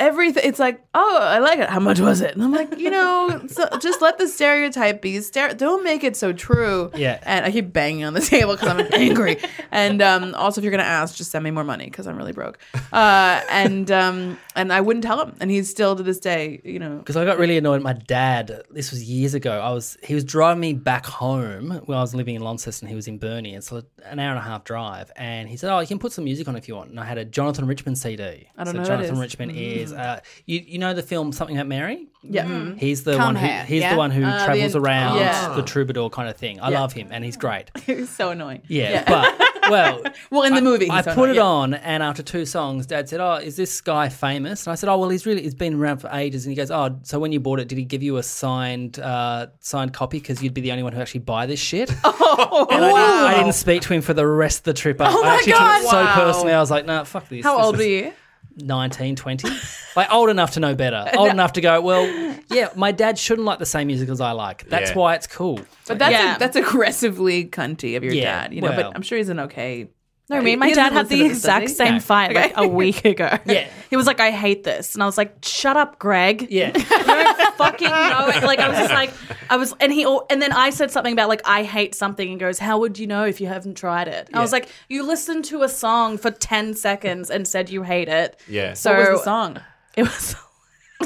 [SPEAKER 6] everything, it's like, oh, I like it. How much was it? And I'm like, you know, so just let the stereotype be. Stere- don't make it so true.
[SPEAKER 3] Yeah.
[SPEAKER 6] And I keep banging on the table because I'm angry. and um, also, if you're gonna ask, just send me more money because I'm really broke. Uh, and um, and I wouldn't tell him. And he's still to this day, you know,
[SPEAKER 3] Because I got really annoyed at my dad. This was years ago. I was he was driving me back home when I was living in Launceston. He was in Burnie, and so an hour and a half drive. And he said, "Oh, you can put some music on if you want." And I had a Jonathan Richman CD.
[SPEAKER 6] I don't
[SPEAKER 3] so
[SPEAKER 6] know who that
[SPEAKER 3] Jonathan
[SPEAKER 6] is.
[SPEAKER 3] Richman
[SPEAKER 6] Mm.
[SPEAKER 3] is uh, you you know the film Something About Mary?
[SPEAKER 6] Yeah. [LAUGHS] Mm.
[SPEAKER 3] He's the
[SPEAKER 6] Come
[SPEAKER 3] one who
[SPEAKER 6] here,
[SPEAKER 3] he's
[SPEAKER 6] yeah?
[SPEAKER 3] the one who
[SPEAKER 6] Uh, the
[SPEAKER 3] travels
[SPEAKER 6] in-
[SPEAKER 3] around
[SPEAKER 6] Yeah.
[SPEAKER 3] the troubadour kind of thing. I
[SPEAKER 6] Yeah.
[SPEAKER 3] love him, and he's great.
[SPEAKER 6] it was so annoying.
[SPEAKER 3] Yeah, but well,
[SPEAKER 6] [LAUGHS] well, in the movie,
[SPEAKER 3] I
[SPEAKER 6] he's so
[SPEAKER 3] put
[SPEAKER 6] annoying.
[SPEAKER 3] it
[SPEAKER 6] Yeah.
[SPEAKER 3] on, and after two songs, Dad said, "Oh, is this guy famous?" And I said, "Oh, well, he's really he's been around for ages." And he goes, "Oh, so when you bought it, did he give you a signed uh, signed copy? Because you'd be the only one who actually buy this shit." Oh, and I, didn't, I didn't speak to him for the rest of the trip. I,
[SPEAKER 6] Oh
[SPEAKER 3] I
[SPEAKER 6] my
[SPEAKER 3] actually
[SPEAKER 6] God.
[SPEAKER 3] took it so
[SPEAKER 6] Wow.
[SPEAKER 3] personally. I was like, "Nah, fuck this."
[SPEAKER 6] How
[SPEAKER 3] This
[SPEAKER 6] old
[SPEAKER 3] is
[SPEAKER 6] were you?
[SPEAKER 3] 19, 20. like old enough to know better.
[SPEAKER 6] [LAUGHS]
[SPEAKER 3] Old
[SPEAKER 6] No.
[SPEAKER 3] enough to go, well, yeah, my dad shouldn't like the same music as I like. That's
[SPEAKER 6] Yeah.
[SPEAKER 3] why it's cool.
[SPEAKER 6] But that's
[SPEAKER 4] Yeah.
[SPEAKER 6] that's aggressively cunty of your
[SPEAKER 3] Yeah,
[SPEAKER 6] dad, you know.
[SPEAKER 3] well.
[SPEAKER 6] but I'm sure he's an okay.
[SPEAKER 4] No, me and my
[SPEAKER 6] He
[SPEAKER 4] dad
[SPEAKER 6] doesn't
[SPEAKER 4] had
[SPEAKER 6] listen
[SPEAKER 4] the
[SPEAKER 6] to this, does
[SPEAKER 4] exact
[SPEAKER 6] he?
[SPEAKER 4] same
[SPEAKER 6] No.
[SPEAKER 4] fight like
[SPEAKER 6] Okay.
[SPEAKER 4] a
[SPEAKER 6] [LAUGHS]
[SPEAKER 4] week ago.
[SPEAKER 3] Yeah.
[SPEAKER 4] He was like, I hate this. And I was like, shut up, Greg.
[SPEAKER 3] Yeah.
[SPEAKER 6] [LAUGHS]
[SPEAKER 4] You don't fucking know it. Like, I was just like, I was, and he, al- and then I said something about like, I hate something and goes, how would you know if you haven't tried it? And I was
[SPEAKER 6] Yeah.
[SPEAKER 4] like, you listened to a song for 10 seconds and said you hate it.
[SPEAKER 5] Yeah.
[SPEAKER 4] So
[SPEAKER 6] what was the song?
[SPEAKER 4] It was, [LAUGHS]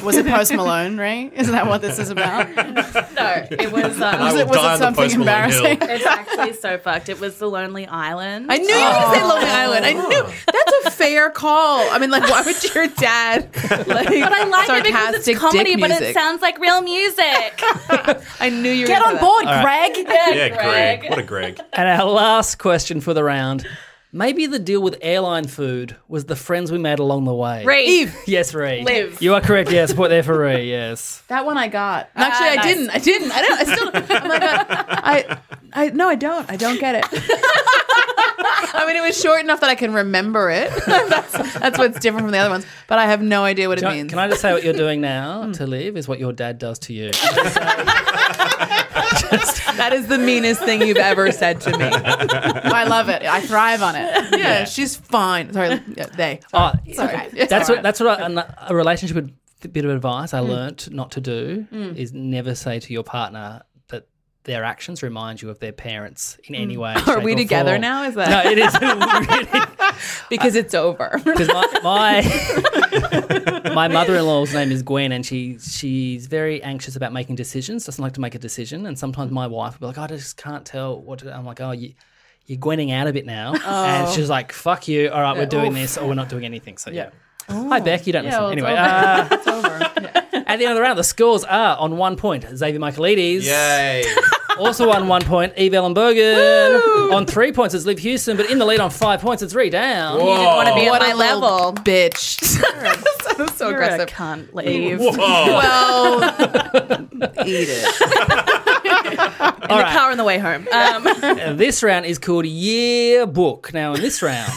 [SPEAKER 7] Was it Post Malone, right? Is that what this is about?
[SPEAKER 4] [LAUGHS] no, uh, it was, um,
[SPEAKER 7] Was it, was it something embarrassing?
[SPEAKER 4] It's actually so fucked. It was The Lonely Island.
[SPEAKER 6] I knew you were
[SPEAKER 4] Oh.
[SPEAKER 6] going to say Lonely Island. I knew that's a fair call. I mean, like, why would
[SPEAKER 3] [LAUGHS]
[SPEAKER 6] your dad? Like,
[SPEAKER 4] But I like it because
[SPEAKER 6] sarcastic
[SPEAKER 4] it's comedy,
[SPEAKER 6] dick
[SPEAKER 4] but it
[SPEAKER 6] music?
[SPEAKER 4] sounds like real music.
[SPEAKER 6] [LAUGHS] I knew you. were
[SPEAKER 7] Get on
[SPEAKER 6] gonna say
[SPEAKER 7] board,
[SPEAKER 3] All right. [LAUGHS]
[SPEAKER 7] Greg.
[SPEAKER 5] Yeah, Greg. What a Greg.
[SPEAKER 3] And our last question for the round. Maybe the deal with airline food was the friends we made along the way.
[SPEAKER 4] Reed.
[SPEAKER 6] Eve.
[SPEAKER 3] Yes, Reed.
[SPEAKER 4] Live.
[SPEAKER 3] You are correct. Yes, put there for Reed.
[SPEAKER 6] [LAUGHS]
[SPEAKER 3] Yes.
[SPEAKER 6] That one I got. Actually, I
[SPEAKER 4] Ah, nice.
[SPEAKER 6] didn't. I didn't. I don't. I still. Oh my god. I. I no. I don't. I don't get it. [LAUGHS] I mean, it was short enough that I can remember it. [LAUGHS] that's, that's what's different from the other ones. But I have no idea what it
[SPEAKER 3] Can I,
[SPEAKER 6] means.
[SPEAKER 3] can I just say what you're doing
[SPEAKER 6] [LAUGHS]
[SPEAKER 3] now
[SPEAKER 6] Hmm.
[SPEAKER 3] to live is what your dad does to you?
[SPEAKER 6] [LAUGHS] That is the meanest thing you've ever said to
[SPEAKER 4] [LAUGHS]
[SPEAKER 6] me.
[SPEAKER 7] I love it. I thrive on it.
[SPEAKER 6] Yeah, she's fine.
[SPEAKER 4] [LAUGHS]
[SPEAKER 6] Sorry, yeah, they.
[SPEAKER 3] Oh,
[SPEAKER 7] Sorry.
[SPEAKER 3] that's what that's what I, a relationship with a bit of advice I
[SPEAKER 6] Hmm.
[SPEAKER 3] learnt not to do is never say to your partner that their actions remind you of their parents in any way.
[SPEAKER 6] Hmm. [LAUGHS] Are
[SPEAKER 3] shape,
[SPEAKER 6] we
[SPEAKER 3] or
[SPEAKER 6] together
[SPEAKER 3] form.
[SPEAKER 6] now? Is
[SPEAKER 3] No,
[SPEAKER 6] that
[SPEAKER 3] it
[SPEAKER 6] [LAUGHS]
[SPEAKER 3] is [LAUGHS] really
[SPEAKER 6] because
[SPEAKER 4] [LAUGHS]
[SPEAKER 6] it's over?
[SPEAKER 3] because my
[SPEAKER 6] [LAUGHS]
[SPEAKER 3] my, [LAUGHS] my mother in law's name is Gwen, and she she's very anxious about making decisions. Doesn't like to make a decision, and sometimes my wife will be like, "I just can't tell what." To, I'm like, "Oh, you." You're gwenning out a bit now, and
[SPEAKER 6] Oh.
[SPEAKER 3] she's like, "Fuck you! All right, we're doing this, or we're not doing anything." So yeah. Hi, Beck. You don't listen
[SPEAKER 6] well, it's
[SPEAKER 3] anyway.
[SPEAKER 6] over.
[SPEAKER 3] Uh,
[SPEAKER 6] [LAUGHS] It's over.
[SPEAKER 3] at the end of the round, the scores are on one point. Xavier Michaelides
[SPEAKER 5] Yay.
[SPEAKER 3] also on one point. Eve Ellenbergen on three points. It's Liv Houston, but in the lead on five points. It's Ree down.
[SPEAKER 4] You didn't want to be
[SPEAKER 6] What
[SPEAKER 4] at
[SPEAKER 6] a
[SPEAKER 4] my
[SPEAKER 6] little
[SPEAKER 4] level. [LAUGHS]
[SPEAKER 6] bitch. so, so
[SPEAKER 4] You're
[SPEAKER 6] aggressive.
[SPEAKER 4] a cunt. Leave.
[SPEAKER 5] Whoa.
[SPEAKER 6] Well, [LAUGHS] eat it.
[SPEAKER 4] in the car on the way home. Um,
[SPEAKER 3] Uh, this round is called Yearbook. Now, in this round,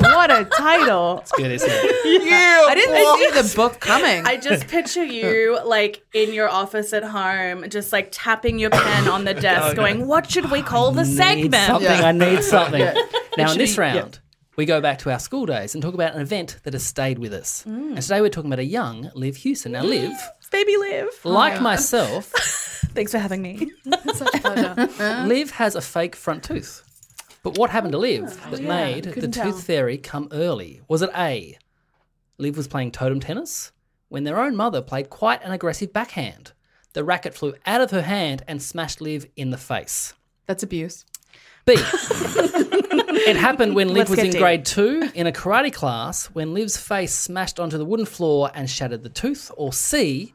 [SPEAKER 6] What a
[SPEAKER 4] [LAUGHS]
[SPEAKER 6] title.
[SPEAKER 3] it's good, isn't it?
[SPEAKER 6] I didn't see the book coming.
[SPEAKER 4] I just picture you like in your office at home, just like tapping your pen on the
[SPEAKER 6] [LAUGHS]
[SPEAKER 4] desk, going, "What should we call the
[SPEAKER 3] Need
[SPEAKER 4] segment?"
[SPEAKER 3] something. I need something. Now, in
[SPEAKER 6] should
[SPEAKER 3] this
[SPEAKER 6] be- yeah.
[SPEAKER 3] round, we go back to our school days and talk about an event that has stayed with us. And today we're talking about a young Liv Houston. Now, Liv,
[SPEAKER 4] Baby, live.
[SPEAKER 3] like myself,
[SPEAKER 4] Thanks for having me.
[SPEAKER 3] Liv has a fake front tooth. But what happened to Liv that made the tooth fairy come early? Was it A? Liv was playing totem tennis when their own mother played quite an aggressive backhand. The racket flew out of her hand and smashed Liv in the face.
[SPEAKER 6] That's abuse.
[SPEAKER 4] [LAUGHS]
[SPEAKER 3] B. it happened when Liv
[SPEAKER 4] Let's
[SPEAKER 3] was
[SPEAKER 4] get
[SPEAKER 3] in
[SPEAKER 4] deep.
[SPEAKER 3] grade two in a karate class when Liv's face smashed onto the wooden floor and shattered the tooth. Or C.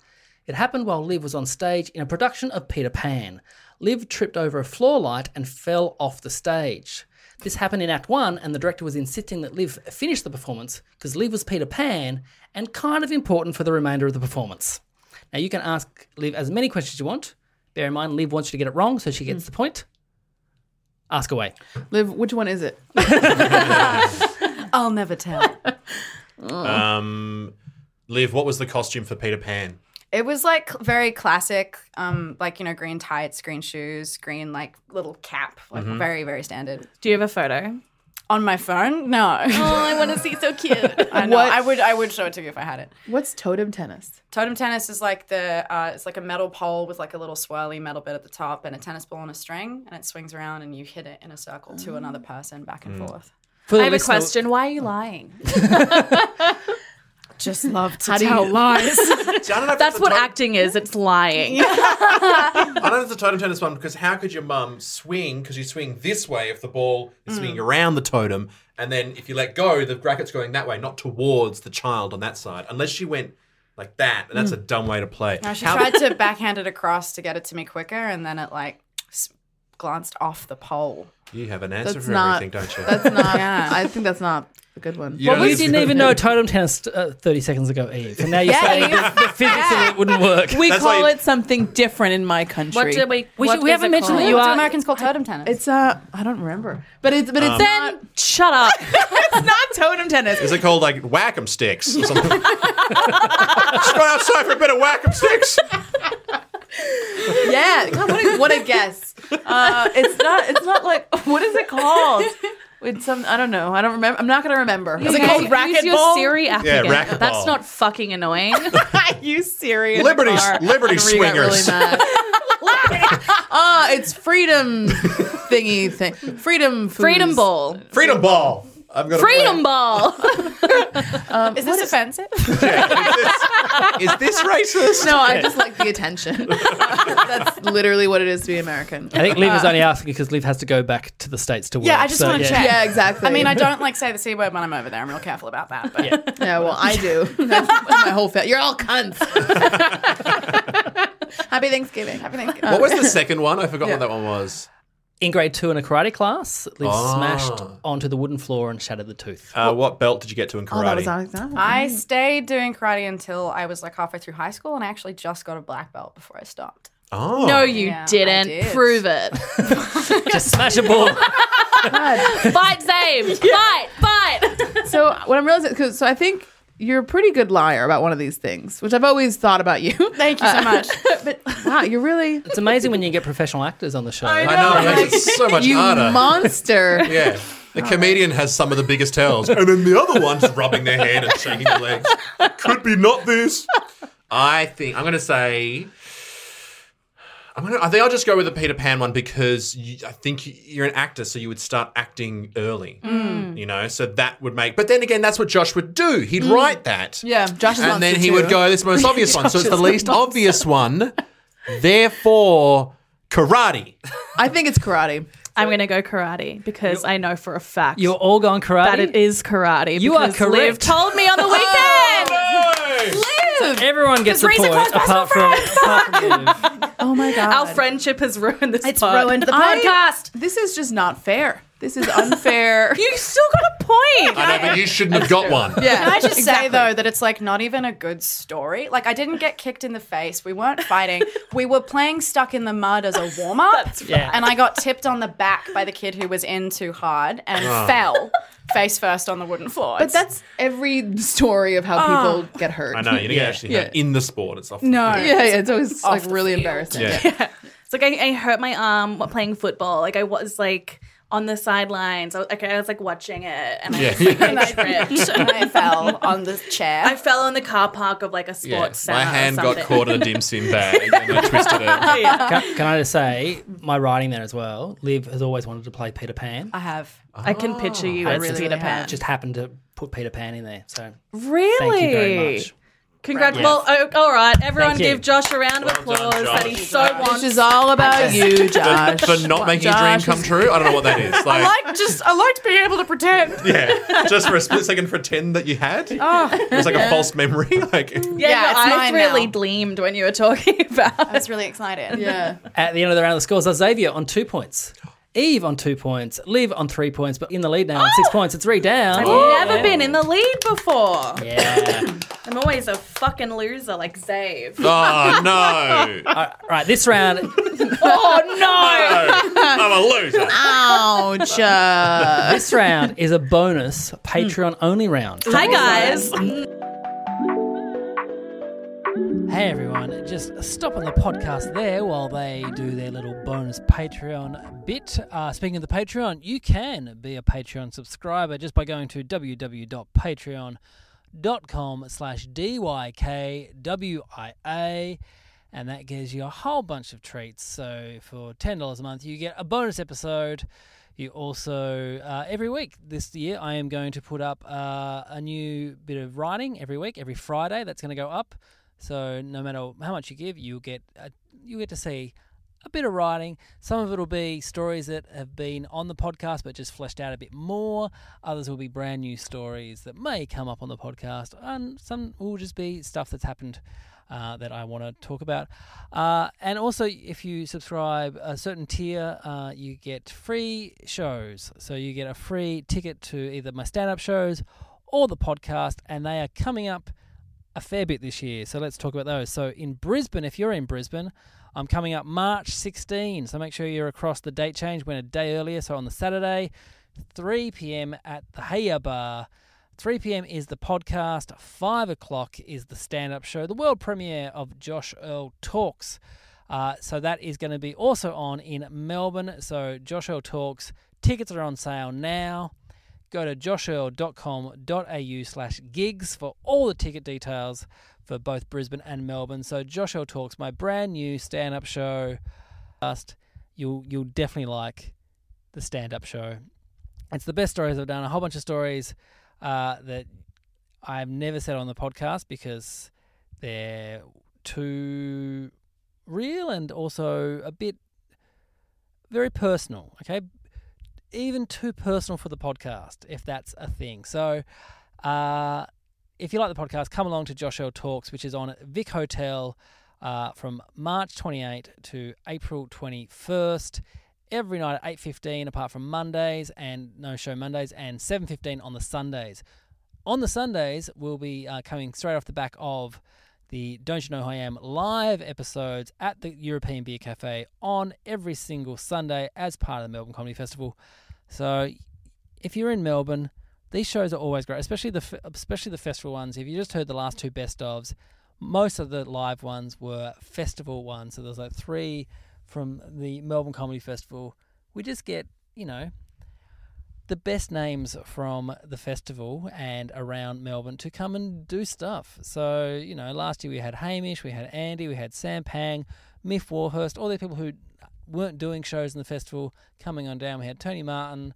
[SPEAKER 3] It happened while Liv was on stage in a production of Peter Pan. Liv tripped over a floor light and fell off the stage. This happened in Act One, and the director was insisting that Liv finish the performance because Liv was Peter Pan and kind of important for the remainder of the performance. Now, you can ask Liv as many questions you want. Bear in mind, Liv wants you to get it wrong, so she
[SPEAKER 4] Mm.
[SPEAKER 3] gets the point. Ask away.
[SPEAKER 6] Liv, which one is it? I'll never tell.
[SPEAKER 5] Um, Liv, what was the costume for Peter Pan?
[SPEAKER 7] It was like cl- very classic, um, like you know, green tights, green shoes, green like little cap, like
[SPEAKER 5] Mhm.
[SPEAKER 7] very very standard.
[SPEAKER 4] Do you have a photo?
[SPEAKER 7] On my phone? No.
[SPEAKER 6] Oh,
[SPEAKER 7] I [LAUGHS] want to see so cute. I know.
[SPEAKER 6] What-
[SPEAKER 7] I would I would show it to you if I had it.
[SPEAKER 6] What's totem tennis?
[SPEAKER 7] Totem tennis is like the uh, it's like a metal pole with like a little swirly metal bit at the top and a tennis ball on a string, and it swings around and you hit it in a circle to another person back and
[SPEAKER 3] Mm.
[SPEAKER 7] forth.
[SPEAKER 3] For the
[SPEAKER 7] I have
[SPEAKER 3] listener-
[SPEAKER 7] a question.
[SPEAKER 4] Why are
[SPEAKER 7] [LAUGHS]
[SPEAKER 4] you lying?
[SPEAKER 7] Just love to
[SPEAKER 4] How do
[SPEAKER 7] tell
[SPEAKER 4] you-
[SPEAKER 7] lies.
[SPEAKER 4] That's what acting is. It's [LAUGHS] lying.
[SPEAKER 5] I don't know if the totem tennis one because how could your mum swing? Because you swing this way if the ball is
[SPEAKER 4] Hmm.
[SPEAKER 5] swinging around the totem, and then if you let go, the bracket's going that way, not towards the child on that side. Unless she went like that, and
[SPEAKER 4] Hmm.
[SPEAKER 5] that's a dumb way to play.
[SPEAKER 7] No, she
[SPEAKER 5] How-
[SPEAKER 7] tried to backhand it across to get it to me quicker, and then it like s- glanced off the pole.
[SPEAKER 5] You have an answer
[SPEAKER 7] That's
[SPEAKER 5] for
[SPEAKER 7] not-
[SPEAKER 5] everything, don't you?
[SPEAKER 6] That's not.
[SPEAKER 7] Yeah.
[SPEAKER 6] I think that's not a good one.
[SPEAKER 5] You Well, don't we need to-
[SPEAKER 3] didn't even know totem tennis uh, 30 seconds ago, Eve. And now you're
[SPEAKER 6] Yeah,
[SPEAKER 3] saying
[SPEAKER 6] Eve.
[SPEAKER 3] that the physics of it wouldn't work.
[SPEAKER 6] We call it something different in my country.
[SPEAKER 3] What did we- We what should- we is haven't it mentioned that called? you
[SPEAKER 7] What do
[SPEAKER 3] are-
[SPEAKER 7] Americans call totem tennis.
[SPEAKER 6] It's uh, I don't remember, but it's but it's
[SPEAKER 5] Um,
[SPEAKER 6] [LAUGHS] then
[SPEAKER 4] shut up.
[SPEAKER 6] it's not totem tennis.
[SPEAKER 5] Is it called like whack 'em sticks or something?
[SPEAKER 4] [LAUGHS]
[SPEAKER 5] [LAUGHS] Just go outside for a bit of whack 'em sticks.
[SPEAKER 6] yeah, God, what, a, what a guess. Uh, it's not. It's not like what is it called? With some, I don't know. I don't remember. I'm not gonna remember.
[SPEAKER 4] Is it called Use your Siri app
[SPEAKER 6] Yeah,
[SPEAKER 4] again.
[SPEAKER 6] racquetball.
[SPEAKER 4] That's not fucking [LAUGHS] annoying.
[SPEAKER 6] you Siri.
[SPEAKER 4] in the Liberty- car. liberty
[SPEAKER 6] Henry got
[SPEAKER 4] swingers. [LAUGHS]
[SPEAKER 6] Really mad. [LAUGHS] Ah, it's freedom thingy thing. Freedom. Foods.
[SPEAKER 4] Freedom ball.
[SPEAKER 5] Freedom ball. I'm gonna
[SPEAKER 4] Freedom ball.
[SPEAKER 6] [LAUGHS] Um,
[SPEAKER 7] is this offensive?
[SPEAKER 5] Is this racist?
[SPEAKER 6] No, I just like the attention. [LAUGHS] That's literally what it is to be American.
[SPEAKER 3] I think Liv is
[SPEAKER 6] Uh,
[SPEAKER 3] only asking because Liv has to go back to the States to work.
[SPEAKER 7] Yeah, I just
[SPEAKER 3] so,
[SPEAKER 7] want to check.
[SPEAKER 6] Yeah, exactly.
[SPEAKER 7] I mean, I don't like say the c word when I'm over there. I'm real careful about that. But [LAUGHS]
[SPEAKER 6] Yeah, well, I do. That's my whole family. You're all cunts. [LAUGHS] Happy Thanksgiving. Happy Thanksgiving.
[SPEAKER 5] What was the second one? I forgot
[SPEAKER 6] Yeah.
[SPEAKER 5] what that one was.
[SPEAKER 3] In grade two in a karate class, Liv
[SPEAKER 5] Ah.
[SPEAKER 3] smashed onto the wooden floor and shattered the tooth.
[SPEAKER 5] Uh, what belt did you get to in karate?
[SPEAKER 7] Um, I stayed doing karate until I was like halfway through high school, and I actually just got a black belt before I stopped.
[SPEAKER 5] Oh.
[SPEAKER 4] No, you
[SPEAKER 7] Yeah, I
[SPEAKER 4] didn't.
[SPEAKER 7] did.
[SPEAKER 4] Prove it.
[SPEAKER 7] [LAUGHS]
[SPEAKER 3] Just smash
[SPEAKER 4] [LAUGHS]
[SPEAKER 3] a ball.
[SPEAKER 4] fight, Zame. Fight, fight.
[SPEAKER 6] So what I'm realizing, cause, so I think you're a pretty good liar about one of these things, which I've always thought about you.
[SPEAKER 7] [LAUGHS]
[SPEAKER 6] Uh,
[SPEAKER 7] Thank you so much.
[SPEAKER 6] [LAUGHS] but wow, you're really
[SPEAKER 3] It's amazing when you get professional actors on the show.
[SPEAKER 5] I know, it makes it so much
[SPEAKER 6] you
[SPEAKER 5] harder.
[SPEAKER 6] monster.
[SPEAKER 5] [LAUGHS] yeah. The comedian has some of the biggest tells, and then the other one's rubbing their head and shaking their legs. Could be not this. I think I'm going to say. I'm gonna, I think I'll just go with the Peter Pan one because you, I think you- you're an actor, so you would start acting early.
[SPEAKER 6] Mm.
[SPEAKER 5] You know, so that would make. But then again, that's what Josh would do. He'd write that.
[SPEAKER 6] Yeah, Josh is
[SPEAKER 5] and then
[SPEAKER 6] monster
[SPEAKER 5] he
[SPEAKER 6] too.
[SPEAKER 5] would go, this is the most obvious one. So
[SPEAKER 6] Josh
[SPEAKER 5] it's the
[SPEAKER 6] is
[SPEAKER 5] least obvious one. Therefore, karate.
[SPEAKER 6] I think it's karate.
[SPEAKER 4] I'm going to go karate because I know for a fact
[SPEAKER 3] You're all going karate.
[SPEAKER 4] that it is karate.
[SPEAKER 3] You are
[SPEAKER 4] because Liv
[SPEAKER 3] correct.
[SPEAKER 4] told me on the weekend.
[SPEAKER 3] Everyone gets a
[SPEAKER 4] Does Reza
[SPEAKER 3] point
[SPEAKER 4] close
[SPEAKER 3] apart from, apart from Liv.
[SPEAKER 4] [LAUGHS]
[SPEAKER 6] Oh my god,
[SPEAKER 4] Our friendship has ruined this.
[SPEAKER 6] It's
[SPEAKER 4] pod.
[SPEAKER 6] ruined the
[SPEAKER 4] I-
[SPEAKER 6] This is just not fair. This is unfair.
[SPEAKER 4] [LAUGHS] you still got a point.
[SPEAKER 5] I know, but you shouldn't have got one.
[SPEAKER 6] yeah,
[SPEAKER 7] Can I just say though that it's like not even a good story. Like I didn't get kicked in the face. We weren't fighting. we were playing stuck in the mud as a warm up.
[SPEAKER 3] Yeah.
[SPEAKER 7] And I got tipped on the back by the kid who was in too hard and
[SPEAKER 5] [LAUGHS] Oh.
[SPEAKER 7] fell face first on the wooden floor.
[SPEAKER 6] But that's every story of how
[SPEAKER 7] Oh.
[SPEAKER 3] Ah.
[SPEAKER 6] people get hurt.
[SPEAKER 5] I know, you didn't
[SPEAKER 3] Yeah.
[SPEAKER 5] actually hurt in the sport. It's off
[SPEAKER 7] No.
[SPEAKER 6] Yeah, yeah, it's always
[SPEAKER 7] Off
[SPEAKER 6] like
[SPEAKER 7] the
[SPEAKER 6] really
[SPEAKER 7] field.
[SPEAKER 6] embarrassing.
[SPEAKER 5] Yeah.
[SPEAKER 7] [LAUGHS]
[SPEAKER 4] It's like I, I hurt my arm while playing football. Like I was like on the sidelines. I was, like I was like watching it, and I,
[SPEAKER 5] Yeah.
[SPEAKER 4] just, [LAUGHS] like,
[SPEAKER 7] [LAUGHS] and I
[SPEAKER 4] tripped.
[SPEAKER 7] tripped and I fell on the chair.
[SPEAKER 4] I fell in the car park of like a
[SPEAKER 5] Yeah,
[SPEAKER 4] sports
[SPEAKER 5] my
[SPEAKER 4] center. or
[SPEAKER 5] hand got
[SPEAKER 4] something.
[SPEAKER 5] caught in a dim sim bag and
[SPEAKER 7] [LAUGHS]
[SPEAKER 5] I twisted it.
[SPEAKER 4] Yeah.
[SPEAKER 3] Can, can I just say, my writing there as well, Liv has always wanted to play Peter Pan.
[SPEAKER 7] I have.
[SPEAKER 4] I can picture you
[SPEAKER 3] I
[SPEAKER 4] as
[SPEAKER 3] really
[SPEAKER 4] Peter Pan.
[SPEAKER 3] Just happened to put Peter Pan in there. So
[SPEAKER 4] Really?
[SPEAKER 3] thank you very much.
[SPEAKER 4] Congrats. Well, oh, all right. Everyone
[SPEAKER 3] Thank you.
[SPEAKER 4] give Josh a round of applause that he
[SPEAKER 5] Josh.
[SPEAKER 4] so wants.
[SPEAKER 6] Which is all
[SPEAKER 4] [LAUGHS]
[SPEAKER 6] about you,
[SPEAKER 5] For,
[SPEAKER 6] Josh.
[SPEAKER 5] for not making your dream
[SPEAKER 6] Josh
[SPEAKER 5] come true? I don't know what
[SPEAKER 7] [LAUGHS]
[SPEAKER 5] that is. Like,
[SPEAKER 7] like just I liked being able to pretend.
[SPEAKER 5] yeah, just for a split second pretend that you had. It was like a false memory. [LAUGHS] Like,
[SPEAKER 4] yeah,
[SPEAKER 7] Oh, Yeah,
[SPEAKER 4] your
[SPEAKER 7] it's
[SPEAKER 4] eyes
[SPEAKER 7] mine
[SPEAKER 4] really
[SPEAKER 7] now.
[SPEAKER 4] gleamed when you were talking [LAUGHS] about.
[SPEAKER 7] I was really excited.
[SPEAKER 6] Yeah.
[SPEAKER 3] At the end of the round, the scores are Xavier on two points. Eve on two points, Liv on three points, but in the lead now on six points. It's three down.
[SPEAKER 4] I've
[SPEAKER 6] Oh!
[SPEAKER 4] never been in the lead before.
[SPEAKER 3] Yeah.
[SPEAKER 4] I'm always a fucking loser like Zave.
[SPEAKER 5] Oh, [LAUGHS]
[SPEAKER 3] All [LAUGHS] right, this round,
[SPEAKER 4] oh no!
[SPEAKER 5] I'm a
[SPEAKER 7] [LAUGHS]
[SPEAKER 5] loser.
[SPEAKER 6] [LAUGHS] Ouch. uh.
[SPEAKER 3] this round is a bonus Patreon only round.
[SPEAKER 4] Hi guys.
[SPEAKER 3] Hey everyone, just stop on the podcast there while they do their little bonus Patreon bit. Uh, speaking of the Patreon, you can be a Patreon subscriber just by going to www.patreon.com slash dykwia and that gives you a whole bunch of treats. So for $10 a month, you get a bonus episode. You also, uh, every week this year, I am going to put up uh, a new bit of writing every week, every Friday. That's going to go up. So no matter how much you give, you get uh, you get to see a bit of writing. Some of it will be stories that have been on the podcast but just fleshed out a bit more. Others will be brand new stories that may come up on the podcast, and some will just be stuff that's happened. Uh, that I want to talk about. Uh, and also, if you subscribe a certain tier, uh, you get free shows. So you get a free ticket to either my stand up shows or the podcast, and they are coming up a fair bit this year. So let's talk about those. So in Brisbane, if you're in Brisbane, I'm coming up March 16. So make sure you're across the date change. Went a day earlier. So on the Saturday, 3 p.m. at the Heya Bar. 3 p.m. is the podcast. 5 o'clock is the stand up show, the world premiere of Josh Earl Talks. Uh, so that is going to be also on in Melbourne. So Josh Earl Talks. Tickets are on sale now go to joshearl.com.au slash gigs for all the ticket details for both Brisbane and Melbourne. So Josh Earl Talks, my brand new stand-up show. Last, You'll, you'll definitely like the stand-up show. It's the best stories I've done. A whole bunch of stories uh, that I've never said on the podcast because they're too real and also a bit very personal. Okay, even too personal for the podcast, if that's a thing. So, uh, if you like the podcast, come along to Josh L Talks, which is on at Vic Hotel uh, from March 28 to April 21st. Every night at 8:15, apart from Mondays and no show Mondays, and 7:15 on the Sundays. On the Sundays, we'll be uh, coming straight off the back of the Don't You Know Who I Am live episodes at the European Beer Cafe on every single Sunday as part of the Melbourne Comedy Festival. So if you're in Melbourne, these shows are always great, especially the f- especially the festival ones. If you just heard the last two best ofs, most of the live ones were festival ones. So there's like three from the Melbourne Comedy Festival. We just get you know the best names from the festival and around Melbourne to come and do stuff. So, you know, last year we had Hamish, we had Andy, we had Sam Pang, Miff Warhurst, all the people who weren't doing shows in the festival coming on down. We had Tony Martin,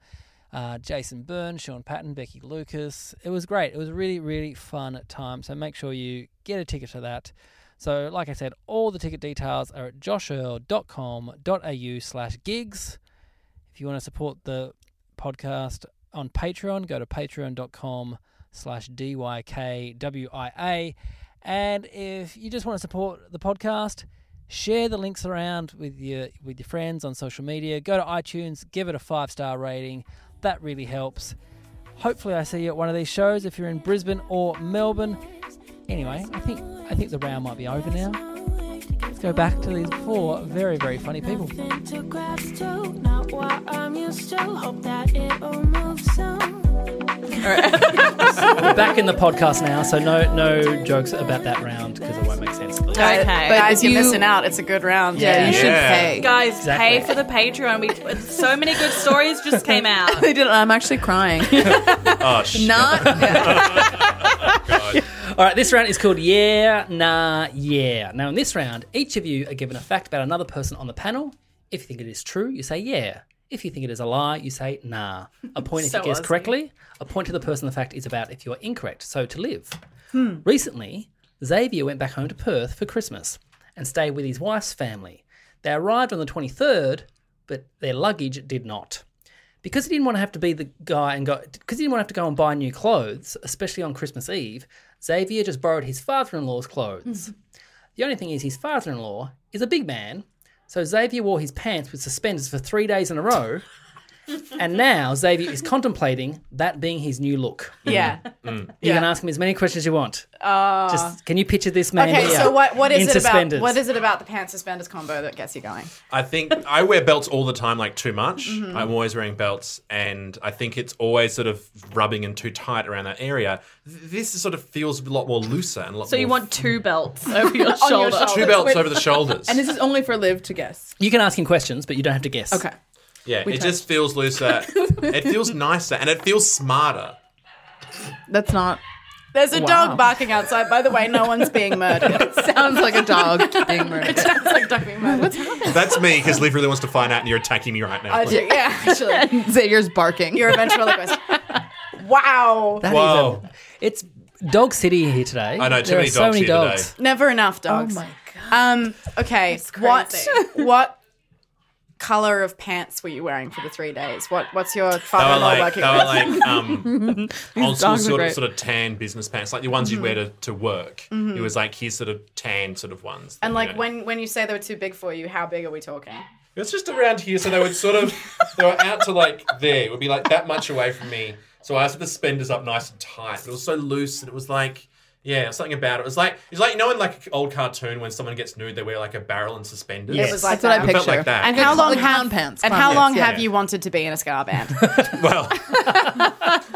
[SPEAKER 3] uh, Jason Byrne, Sean Patton, Becky Lucas. It was great. It was a really, really fun time. So make sure you get a ticket for that. So, like I said, all the ticket details are at joshearl.com.au slash gigs. If you want to support the podcast on Patreon, go to patreon.com slash DYKWIA. And if you just want to support the podcast, share the links around with your with your friends on social media. Go to iTunes, give it a five star rating. That really helps. Hopefully I see you at one of these shows if you're in Brisbane or Melbourne. Anyway, I think I think the round might be over now. Let's go back to these four very, very funny people.
[SPEAKER 9] to grasp to, not what I'm used to. Hope that it will move soon.
[SPEAKER 3] We're back in the podcast now, so no no jokes about that round because it won't make sense.
[SPEAKER 4] Okay.
[SPEAKER 7] Guys,
[SPEAKER 4] If
[SPEAKER 7] you're
[SPEAKER 4] you-
[SPEAKER 7] missing out. It's a good round.
[SPEAKER 3] Yeah, Yeah. you should Yeah.
[SPEAKER 7] pay.
[SPEAKER 6] [LAUGHS]
[SPEAKER 4] Guys,
[SPEAKER 3] Exactly.
[SPEAKER 4] pay for the Patreon. We so many good stories just came out.
[SPEAKER 6] they did. I'm
[SPEAKER 7] [LAUGHS]
[SPEAKER 6] actually crying.
[SPEAKER 5] oh, shit.
[SPEAKER 6] Not
[SPEAKER 3] All right, this round is called Yeah, Nah, Yeah. Now, in this round, each of you are given a fact about another person on the panel. If you think it is true, you say yeah. If you think it is a lie, you say nah.
[SPEAKER 2] [LAUGHS]
[SPEAKER 3] A point if
[SPEAKER 2] So
[SPEAKER 3] you guess
[SPEAKER 2] Aussie.
[SPEAKER 3] correctly, a point to the person the fact is about if you are incorrect. So, to live. Recently, Xavier went back home to Perth for Christmas and stayed with his wife's family. They arrived on the 23rd, but their luggage did not. Because he didn't want to have to be the guy and go, because he didn't want to have to go and buy new clothes, especially on Christmas Eve, Xavier just borrowed his father in law's clothes. The only thing is, his father in law is a big man, so So Xavier wore his pants with suspenders for three days in a row, and now Xavier is contemplating that being his new look.
[SPEAKER 7] Yeah.
[SPEAKER 6] Mm.
[SPEAKER 3] You can ask him as many questions as you want.
[SPEAKER 7] Uh,
[SPEAKER 3] Just can you picture this man?
[SPEAKER 7] okay,
[SPEAKER 3] here
[SPEAKER 7] so what, what
[SPEAKER 3] in
[SPEAKER 7] is it about?
[SPEAKER 3] suspenders?
[SPEAKER 7] What is it about the pants suspenders combo that gets you going?
[SPEAKER 5] I think [LAUGHS] I wear belts all the time, like too much.
[SPEAKER 7] Mhm.
[SPEAKER 5] I'm always wearing belts, and I think it's always sort of rubbing and too tight around that area. Th- This sort of feels a lot more looser and a lot
[SPEAKER 4] So you
[SPEAKER 5] more
[SPEAKER 4] want
[SPEAKER 7] [LAUGHS]
[SPEAKER 4] two belts over your
[SPEAKER 6] On your
[SPEAKER 4] shoulder.
[SPEAKER 6] shoulders.
[SPEAKER 5] Two belts over the shoulders.
[SPEAKER 6] And this is only for Liv to guess.
[SPEAKER 3] You can ask him questions, but you don't have to guess.
[SPEAKER 6] Okay.
[SPEAKER 5] Yeah,
[SPEAKER 6] We
[SPEAKER 5] it just feels looser. it feels nicer and it feels smarter.
[SPEAKER 6] That's not.
[SPEAKER 7] There's a
[SPEAKER 6] Wow.
[SPEAKER 7] dog barking outside. By the way, no one's being murdered. it
[SPEAKER 6] [LAUGHS] sounds like a dog being murdered.
[SPEAKER 7] [LAUGHS] It sounds like a dog being murdered. What's happening?
[SPEAKER 5] That's me because Liv really wants to find out, and you're attacking me right now.
[SPEAKER 7] I do, yeah, [LAUGHS]
[SPEAKER 6] [LAUGHS]
[SPEAKER 7] actually.
[SPEAKER 6] Xavier's barking.
[SPEAKER 7] You're a
[SPEAKER 6] [LAUGHS]
[SPEAKER 7] ventriloquist. Wow.
[SPEAKER 3] That is Whoa. it's Dog City here today.
[SPEAKER 5] I know, too
[SPEAKER 3] There
[SPEAKER 5] many
[SPEAKER 3] are so
[SPEAKER 5] dogs
[SPEAKER 3] many
[SPEAKER 5] here today.
[SPEAKER 3] dogs.
[SPEAKER 7] Never enough dogs. Oh my god. Um. Okay. What?
[SPEAKER 6] [LAUGHS]
[SPEAKER 7] What? Color of pants were you wearing for the three days? What What's your
[SPEAKER 5] They were
[SPEAKER 7] father-in-law
[SPEAKER 5] like,
[SPEAKER 7] working
[SPEAKER 5] they
[SPEAKER 7] with?
[SPEAKER 5] were
[SPEAKER 7] [LAUGHS]
[SPEAKER 5] like um, old
[SPEAKER 7] These
[SPEAKER 5] school
[SPEAKER 7] dogs are
[SPEAKER 5] sort of,
[SPEAKER 7] great.
[SPEAKER 5] sort of tan business pants, like the ones you
[SPEAKER 7] Mhm.
[SPEAKER 5] wear to, to work.
[SPEAKER 7] Mhm.
[SPEAKER 5] It was like his sort of tan sort of ones.
[SPEAKER 7] and
[SPEAKER 5] that,
[SPEAKER 7] like
[SPEAKER 5] you know.
[SPEAKER 7] when when you say they were too big for you, how big are we talking?
[SPEAKER 5] It was just around here, so they would sort of they were out to like there. It would be like that much away from me. So I had the suspenders up nice and tight. But it was so loose and it was like yeah, something about it. It was like it's like you know in like an old cartoon when someone gets nude, they wear like a barrel and suspenders.
[SPEAKER 7] It was like
[SPEAKER 5] It
[SPEAKER 7] that.
[SPEAKER 5] felt like that.
[SPEAKER 7] And how long
[SPEAKER 6] like
[SPEAKER 7] have
[SPEAKER 6] clown pants,
[SPEAKER 7] And
[SPEAKER 6] clown
[SPEAKER 7] how
[SPEAKER 6] pants,
[SPEAKER 7] long
[SPEAKER 5] yeah.
[SPEAKER 7] have you wanted to be in a ska
[SPEAKER 6] [LAUGHS]
[SPEAKER 7] band?
[SPEAKER 5] Well,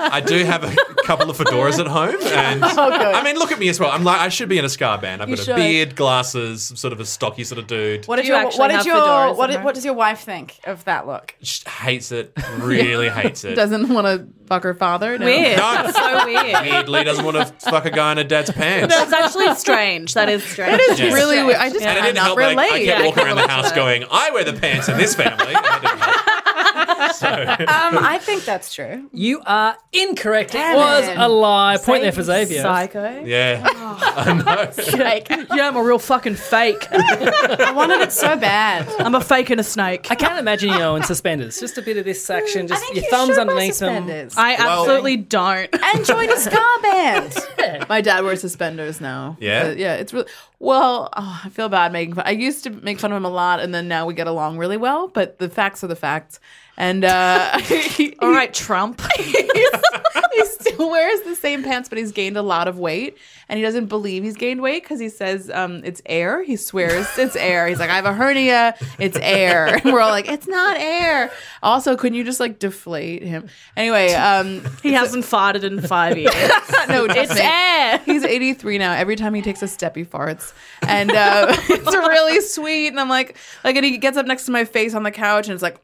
[SPEAKER 5] I do have a couple of fedoras at home,
[SPEAKER 6] [LAUGHS]
[SPEAKER 5] and
[SPEAKER 7] Oh, good.
[SPEAKER 5] I mean, look at me as well. I'm like I should be in a scar band. I've
[SPEAKER 7] You
[SPEAKER 5] got
[SPEAKER 7] should.
[SPEAKER 5] a beard, glasses, sort of a stocky sort of dude.
[SPEAKER 7] What did
[SPEAKER 4] you
[SPEAKER 7] your
[SPEAKER 4] actually
[SPEAKER 7] What did
[SPEAKER 4] have
[SPEAKER 7] your
[SPEAKER 4] fedoras
[SPEAKER 7] what,
[SPEAKER 4] at
[SPEAKER 7] did,
[SPEAKER 4] home?
[SPEAKER 7] what does your wife think of that look?
[SPEAKER 5] She hates it. Really hates it.
[SPEAKER 6] Doesn't want to fuck her father. No.
[SPEAKER 4] Weird.
[SPEAKER 6] [LAUGHS]
[SPEAKER 5] No.
[SPEAKER 4] so weird.
[SPEAKER 5] Weirdly, doesn't want to fuck a guy in a dad's pants.
[SPEAKER 4] That's actually strange. That is strange.
[SPEAKER 6] It is really weird. I just
[SPEAKER 5] and it
[SPEAKER 6] cannot
[SPEAKER 5] didn't help. that
[SPEAKER 6] relate.
[SPEAKER 5] I, I kept
[SPEAKER 6] Yeah, I
[SPEAKER 5] walking
[SPEAKER 6] can't
[SPEAKER 5] around the
[SPEAKER 6] relate
[SPEAKER 5] house
[SPEAKER 6] to that.
[SPEAKER 5] going, "I wear the pants in this family."
[SPEAKER 6] [LAUGHS]
[SPEAKER 7] Um,
[SPEAKER 5] "Hmm."
[SPEAKER 7] I think that's true.
[SPEAKER 3] You are incorrect.
[SPEAKER 7] Damn
[SPEAKER 3] it was
[SPEAKER 7] it.
[SPEAKER 3] a lie. Point there for
[SPEAKER 7] Same
[SPEAKER 3] Xavier. [LAUGHS]
[SPEAKER 4] psycho.
[SPEAKER 5] Yeah.
[SPEAKER 6] Oh,
[SPEAKER 5] I know.
[SPEAKER 4] yeah, I'm a real
[SPEAKER 7] [LAUGHS]
[SPEAKER 4] fucking fake.
[SPEAKER 7] I wanted it so bad.
[SPEAKER 4] I'm a fake and a snake.
[SPEAKER 3] I can't imagine you know in suspenders. Just a bit of this section. Just your
[SPEAKER 7] Mm, you
[SPEAKER 3] thumbs
[SPEAKER 7] should wear
[SPEAKER 3] underneath them.
[SPEAKER 6] suspenders.
[SPEAKER 4] I
[SPEAKER 6] Well-
[SPEAKER 4] absolutely don't.
[SPEAKER 7] And join a ska band.
[SPEAKER 6] [LAUGHS] My dad wears suspenders now.
[SPEAKER 5] Yeah?
[SPEAKER 6] Uh, yeah. It's really well. Oh, I feel bad making fun. I used to make fun of him a lot, and then now we get along really well. But the facts are the facts, and uh, [LAUGHS] he,
[SPEAKER 4] All right,
[SPEAKER 6] [LAUGHS]
[SPEAKER 4] Trump.
[SPEAKER 6] he still wears the same pants, but he's gained a lot of weight, and he doesn't believe he's gained weight because he says um, it's air. He swears it's air. He's like, I have a hernia. It's air, [LAUGHS] and we're all like, it's not air. Also, couldn't you just like deflate him? Anyway, um,
[SPEAKER 4] [LAUGHS] He hasn't farted in five years.
[SPEAKER 6] [LAUGHS] no, trust
[SPEAKER 4] It's
[SPEAKER 6] me.
[SPEAKER 4] air.
[SPEAKER 6] He's 83 now. Every time he takes a step, he farts,
[SPEAKER 4] [LAUGHS]
[SPEAKER 6] and uh, [LAUGHS] it's really sweet. And I'm like, like, and he gets up next to my face on the couch, and it's like,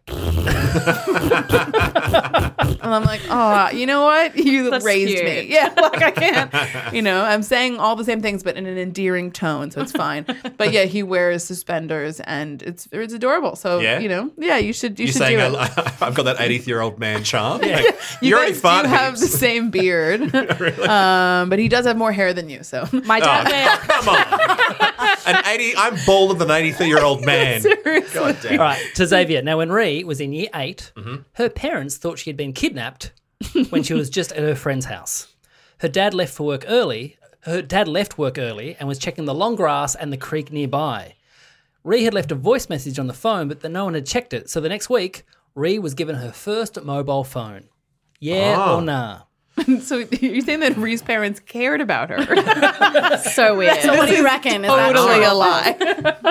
[SPEAKER 6] and I'm like, oh, you know what? [LAUGHS] You
[SPEAKER 4] That's
[SPEAKER 6] raised
[SPEAKER 4] cute.
[SPEAKER 6] me. Yeah, [LAUGHS] like I can't.
[SPEAKER 5] [LAUGHS]
[SPEAKER 6] You know, I'm saying all the same things, but in an endearing tone, so it's fine. But yeah, he wears suspenders, and it's it's adorable. So
[SPEAKER 5] Yeah?
[SPEAKER 6] you know, yeah, you should you
[SPEAKER 5] You're
[SPEAKER 6] should do
[SPEAKER 5] saying
[SPEAKER 6] it.
[SPEAKER 5] I, [LAUGHS] I've got that 80th year old man charm? Like,
[SPEAKER 6] you
[SPEAKER 5] you're already
[SPEAKER 6] guys do
[SPEAKER 5] farting.
[SPEAKER 6] have
[SPEAKER 5] [LAUGHS]
[SPEAKER 6] the same beard, um, but he does have more hair than you. So
[SPEAKER 4] My dad
[SPEAKER 5] Oh.
[SPEAKER 6] [LAUGHS]
[SPEAKER 4] wears
[SPEAKER 5] Come on. An 80, I'm bolder than an 83 year old man. God
[SPEAKER 3] [LAUGHS]
[SPEAKER 5] damn.
[SPEAKER 3] All right, to Xavier. Now, when Ree was in year 8
[SPEAKER 5] Mm-hmm.
[SPEAKER 3] her parents thought she had been kidnapped when she was just at her friend's house. Her dad left for work early. Her dad left work early and was checking the long grass and the creek nearby. Ree had left a voice message on the phone, but then no one had checked it. So the next week, Ree was given her first mobile phone. Yeah
[SPEAKER 6] Ah.
[SPEAKER 3] or nah?
[SPEAKER 6] so you're saying that Ree's parents cared about her? [LAUGHS]
[SPEAKER 4] so weird.
[SPEAKER 7] [LAUGHS] So what do you reckon? Is that
[SPEAKER 6] totally
[SPEAKER 7] true?
[SPEAKER 6] a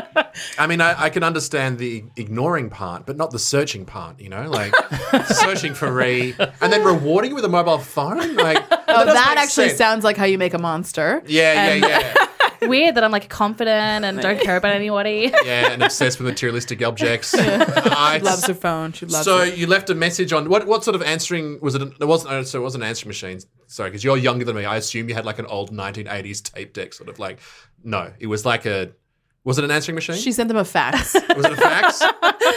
[SPEAKER 5] [LAUGHS]
[SPEAKER 6] lie.
[SPEAKER 5] I mean, I, I can understand the ignoring part, but not the searching part, you know?
[SPEAKER 6] [LAUGHS]
[SPEAKER 5] Like, searching for Ree and then rewarding you with a mobile phone? Like,
[SPEAKER 6] Oh,
[SPEAKER 5] doesn't
[SPEAKER 6] that
[SPEAKER 5] make
[SPEAKER 6] actually
[SPEAKER 5] sense.
[SPEAKER 6] sounds like how you make a monster.
[SPEAKER 5] Yeah, yeah, yeah.
[SPEAKER 4] Weird that I'm like confident and don't care about anybody.
[SPEAKER 5] [LAUGHS] Yeah, and obsessed with materialistic
[SPEAKER 6] [LAUGHS]
[SPEAKER 5] objects. I-
[SPEAKER 6] She loves her phone. She loves
[SPEAKER 5] so
[SPEAKER 6] it.
[SPEAKER 5] you left a message on what? What sort of answering was it? There wasn't. oh, So it wasn't answering machines. Sorry, because you're younger than me. I assume you had like an old 1980s tape deck, sort of like. No, it was like a. Was it an answering machine?
[SPEAKER 6] She sent them a
[SPEAKER 4] [LAUGHS]
[SPEAKER 6] fax.
[SPEAKER 5] was it a
[SPEAKER 3] [LAUGHS]
[SPEAKER 5] fax?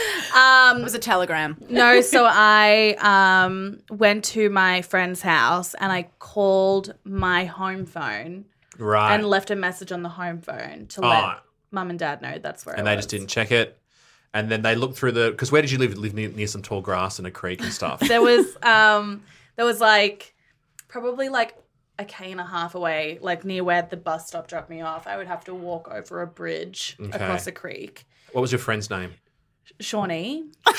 [SPEAKER 7] It was a telegram.
[SPEAKER 4] No, so I um, went to my friend's house and I called my home phone
[SPEAKER 5] right.
[SPEAKER 4] and left a message on the home phone to
[SPEAKER 5] Ah.
[SPEAKER 4] let mum and dad know that's where.
[SPEAKER 5] and
[SPEAKER 4] I
[SPEAKER 5] they
[SPEAKER 4] was.
[SPEAKER 5] just didn't check it. And then they looked through the because where did you live? Live near, near some tall grass and a creek
[SPEAKER 3] [LAUGHS]
[SPEAKER 5] and stuff.
[SPEAKER 4] There was um, there was like probably like a k and a half away, like near where the bus stop dropped me off. I would have to walk over a bridge
[SPEAKER 5] Okay.
[SPEAKER 4] across a creek.
[SPEAKER 5] what was your friend's name?
[SPEAKER 6] Shawnee.
[SPEAKER 3] [LAUGHS]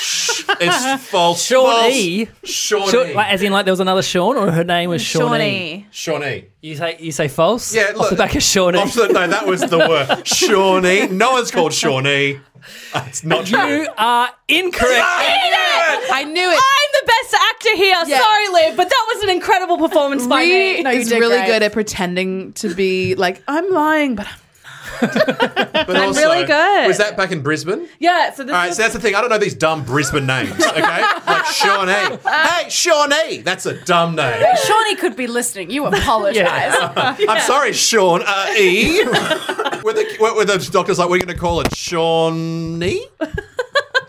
[SPEAKER 5] It's false.
[SPEAKER 3] Shawnee.
[SPEAKER 5] Shawnee.
[SPEAKER 3] Shawn- like, as in, like there was another Sean, or her name was Shawnee.
[SPEAKER 6] Shawnee.
[SPEAKER 5] Shawnee.
[SPEAKER 3] You say you say false.
[SPEAKER 5] Yeah,
[SPEAKER 3] off the
[SPEAKER 5] look-
[SPEAKER 3] back of Shawnee.
[SPEAKER 5] Off the- no, that was
[SPEAKER 3] [LAUGHS]
[SPEAKER 5] the word. Shawnee. No one's called Shawnee. It's not true.
[SPEAKER 3] You are
[SPEAKER 5] [LAUGHS]
[SPEAKER 3] incorrect.
[SPEAKER 4] I knew it.
[SPEAKER 6] I'm the best actor here.
[SPEAKER 4] Yeah.
[SPEAKER 6] Sorry, Liv, but that was an incredible performance by me.
[SPEAKER 4] Ree is really good at pretending to be like I'm lying, but
[SPEAKER 5] But
[SPEAKER 6] I'm really good.
[SPEAKER 5] Was that back in Brisbane?
[SPEAKER 6] Yeah, so
[SPEAKER 5] All
[SPEAKER 6] this
[SPEAKER 5] right,
[SPEAKER 6] is
[SPEAKER 5] so that's the thing. I don't know these dumb Brisbane names, okay? like Shawnee. Hey, Shawnee. That's a dumb name.
[SPEAKER 10] Shawnee could be listening. You apologize. [LAUGHS]
[SPEAKER 5] I'm sorry, Sean. Uh, e. were, the, were, were the doctors like, we're going to call it Shawnee?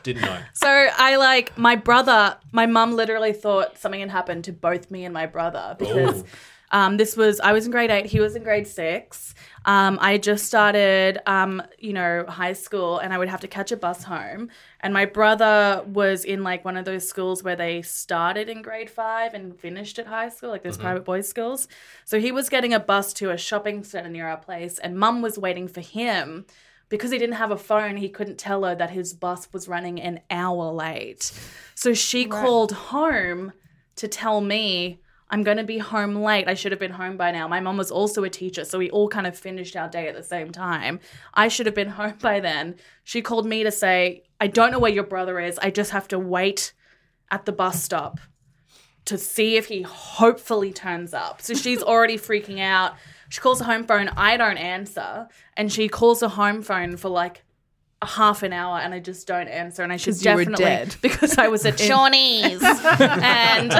[SPEAKER 5] Didn't know.
[SPEAKER 6] So I like my brother. My mum literally thought something had happened to both me and my brother because
[SPEAKER 11] Ooh.
[SPEAKER 6] um, this was I was in grade eight, he was in grade six. Um, I had just started, um, you know, high school, and I would have to catch a bus home. And my brother was in like one of those schools where they started in grade five and finished at high school, like those
[SPEAKER 11] Mhm.
[SPEAKER 6] private boys' schools. So he was getting a bus to a shopping center near our place, and Mum was waiting for him because he didn't have a phone, he couldn't tell her that his bus was running an hour late. So she called home to tell me, I'm going to be home late. I should have been home by now. My mom was also a teacher, so we all kind of finished our day at the same time. I should have been [LAUGHS] home by then. She called me to say, I don't know where your brother is. I just have to wait at the bus stop to see if he hopefully turns up. So she's already freaking out. She calls the home phone. I don't answer. And she calls the home phone for like a half an hour and I just don't answer. And I should
[SPEAKER 4] 'Cause you were
[SPEAKER 6] definitely
[SPEAKER 4] dead.
[SPEAKER 6] [LAUGHS] because
[SPEAKER 4] [LAUGHS]
[SPEAKER 6] I was at Shawnee's. and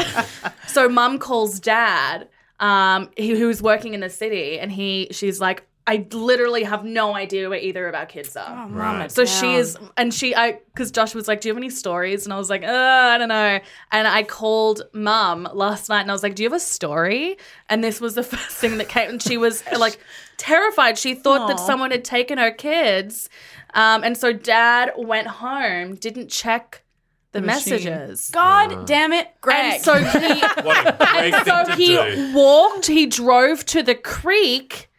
[SPEAKER 6] so mum calls dad, um, he, who's working in the city, and he she's like, I literally have no idea where either of our kids
[SPEAKER 10] Oh,
[SPEAKER 6] are.
[SPEAKER 11] Mum, it
[SPEAKER 6] So she
[SPEAKER 11] down.
[SPEAKER 6] is, and she, I, because Josh was like, "Do you have any stories?" And I was like, uh, "I don't know." And I called mum last night, and I was like, "Do you have a story?" And this was the [LAUGHS] first thing that came, and she was like terrified. She thought that
[SPEAKER 11] Aw.
[SPEAKER 6] someone had taken her kids, um, and so dad went home, didn't check the,
[SPEAKER 10] The machine.
[SPEAKER 6] messages.
[SPEAKER 10] God damn it, Greg.
[SPEAKER 6] And so he, [LAUGHS]
[SPEAKER 10] great
[SPEAKER 6] and
[SPEAKER 10] thing
[SPEAKER 6] so
[SPEAKER 10] to
[SPEAKER 6] he
[SPEAKER 10] do.
[SPEAKER 6] walked, he drove to the creek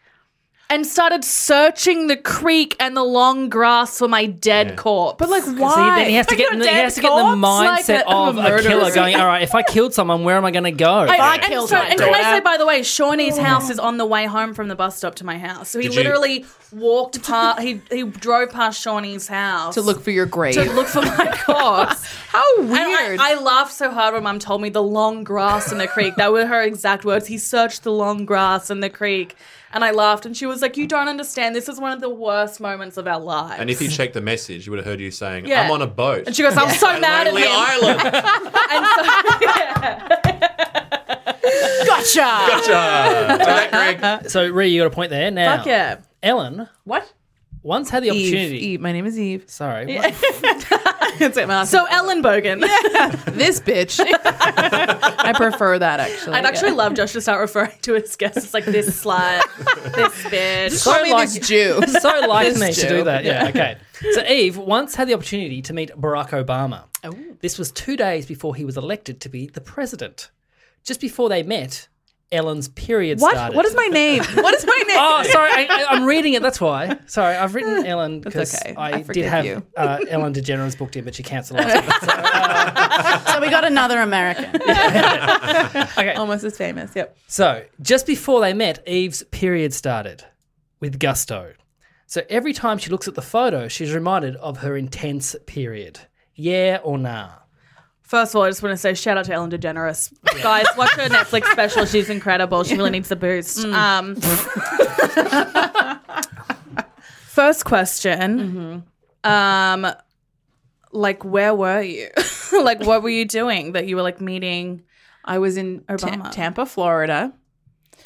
[SPEAKER 6] and started searching the creek and the long grass for my dead corpse. But like
[SPEAKER 3] So he- then he has to get in the, he has to get in the mindset of a, killer going, all right, if I killed someone, where am I going to go?
[SPEAKER 6] I, and so, and can I say, by the way, Shawnee's house is on the way home from the bus stop to my house. So he
[SPEAKER 3] Did you-
[SPEAKER 6] literally walked past, he he drove past Shawnee's house
[SPEAKER 4] to look for your grave.
[SPEAKER 6] to look for my corpse. How weird! I, I laughed so hard when Mum told me the long grass in the creek. That were her exact words. He searched the long grass in the creek, and I laughed. And she was like, "You don't understand. This is one of the worst moments of our lives."
[SPEAKER 5] And if you checked the message, you would have heard you saying,
[SPEAKER 6] Yeah.
[SPEAKER 5] I'm on a boat.
[SPEAKER 6] And she goes, "I'm so mad at
[SPEAKER 5] Lonely
[SPEAKER 6] him."
[SPEAKER 5] [LAUGHS] Island.
[SPEAKER 6] and so, [LAUGHS]
[SPEAKER 10] Gotcha.
[SPEAKER 5] Gotcha.
[SPEAKER 6] [LAUGHS]
[SPEAKER 3] so, Ree, you got a point there. Now,
[SPEAKER 4] Fuck yeah.
[SPEAKER 3] Ellen
[SPEAKER 6] What?
[SPEAKER 3] once had the
[SPEAKER 4] Eve,
[SPEAKER 3] opportunity.
[SPEAKER 4] Eve, my name is Eve.
[SPEAKER 3] Sorry.
[SPEAKER 4] [LAUGHS] Yeah. That's it, man.
[SPEAKER 6] So Ellen [LAUGHS] Bogan.
[SPEAKER 4] this bitch. [LAUGHS] I prefer that actually.
[SPEAKER 6] I'd actually
[SPEAKER 4] yeah.
[SPEAKER 6] love Josh to start referring to his guests as like this
[SPEAKER 4] [LAUGHS]
[SPEAKER 6] slut, this bitch.
[SPEAKER 4] Just call me this Jew.
[SPEAKER 3] [LAUGHS] so like
[SPEAKER 4] This
[SPEAKER 3] me to
[SPEAKER 4] Jew.
[SPEAKER 3] do that. Yeah,
[SPEAKER 4] Yeah.
[SPEAKER 3] okay. So Eve once had the opportunity to meet Barack Obama.
[SPEAKER 4] Oh.
[SPEAKER 3] This was two days before he was elected to be the president. Just before they met, Ellen's period
[SPEAKER 4] What?
[SPEAKER 3] started.
[SPEAKER 4] What is my name? What is [LAUGHS] my name?
[SPEAKER 3] Oh, sorry, I, I, I'm reading it. That's why. Sorry, I've written Ellen because
[SPEAKER 4] okay. I
[SPEAKER 3] I, did
[SPEAKER 4] forgive
[SPEAKER 3] have
[SPEAKER 4] you.
[SPEAKER 3] uh, Ellen DeGeneres booked in, but she
[SPEAKER 4] [LAUGHS]
[SPEAKER 3] cancelled last minute.
[SPEAKER 10] so we got another American.
[SPEAKER 3] Okay.
[SPEAKER 4] Almost as famous. Yep.
[SPEAKER 3] So, just before they met, Eve's period started with gusto. So, every time she looks at the photo, she's reminded of her intense period. Yeah or nah?
[SPEAKER 6] First of all, I just want to say shout out to Ellen DeGeneres. Guys, watch her Netflix special. She's incredible. She really needs a boost.
[SPEAKER 4] Mm.
[SPEAKER 6] Um, [LAUGHS] first question.
[SPEAKER 4] Mm-hmm.
[SPEAKER 6] Um, like, where were you? [LAUGHS] like, what were you doing that you were like meeting?
[SPEAKER 4] I was in Ta-
[SPEAKER 6] Obama.
[SPEAKER 4] Tampa, Florida.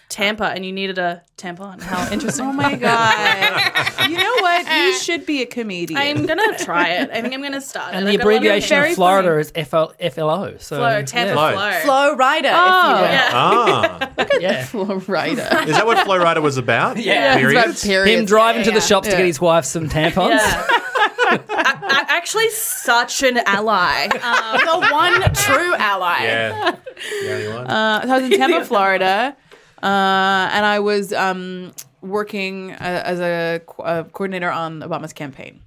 [SPEAKER 6] Tampa, and you needed a tampon. How interesting.
[SPEAKER 4] [LAUGHS] Oh my
[SPEAKER 6] [LAUGHS]
[SPEAKER 4] god. you know what? You should be a comedian.
[SPEAKER 6] I'm going to try it. I think I'm going to start it.
[SPEAKER 3] And the
[SPEAKER 6] I've got a lot of
[SPEAKER 3] abbreviation
[SPEAKER 6] very
[SPEAKER 3] of Florida is FL, FLO. So,
[SPEAKER 6] Flo, Tampa
[SPEAKER 3] yeah.
[SPEAKER 6] Flo.
[SPEAKER 10] Flow
[SPEAKER 7] uh,
[SPEAKER 10] rider, if you
[SPEAKER 6] Oh,
[SPEAKER 10] will.
[SPEAKER 3] [LAUGHS]
[SPEAKER 6] yeah.
[SPEAKER 5] ah.
[SPEAKER 3] Yeah.
[SPEAKER 4] Florida.
[SPEAKER 6] [LAUGHS]
[SPEAKER 5] Is that what Flow Rider was about?
[SPEAKER 3] Yeah.
[SPEAKER 5] Periods?
[SPEAKER 3] Him driving to the shops to
[SPEAKER 6] Yeah.
[SPEAKER 3] get his
[SPEAKER 4] [LAUGHS]
[SPEAKER 3] wife some tampons.
[SPEAKER 6] I- I- actually, such an ally. [LAUGHS] Um,
[SPEAKER 10] The one true ally.
[SPEAKER 6] [LAUGHS]
[SPEAKER 5] Yeah. The only one.
[SPEAKER 4] Uh, so I was in Tampa, Florida, uh, and I was um,
[SPEAKER 6] uh,
[SPEAKER 4] working uh, as a, co- a coordinator on Obama's campaign.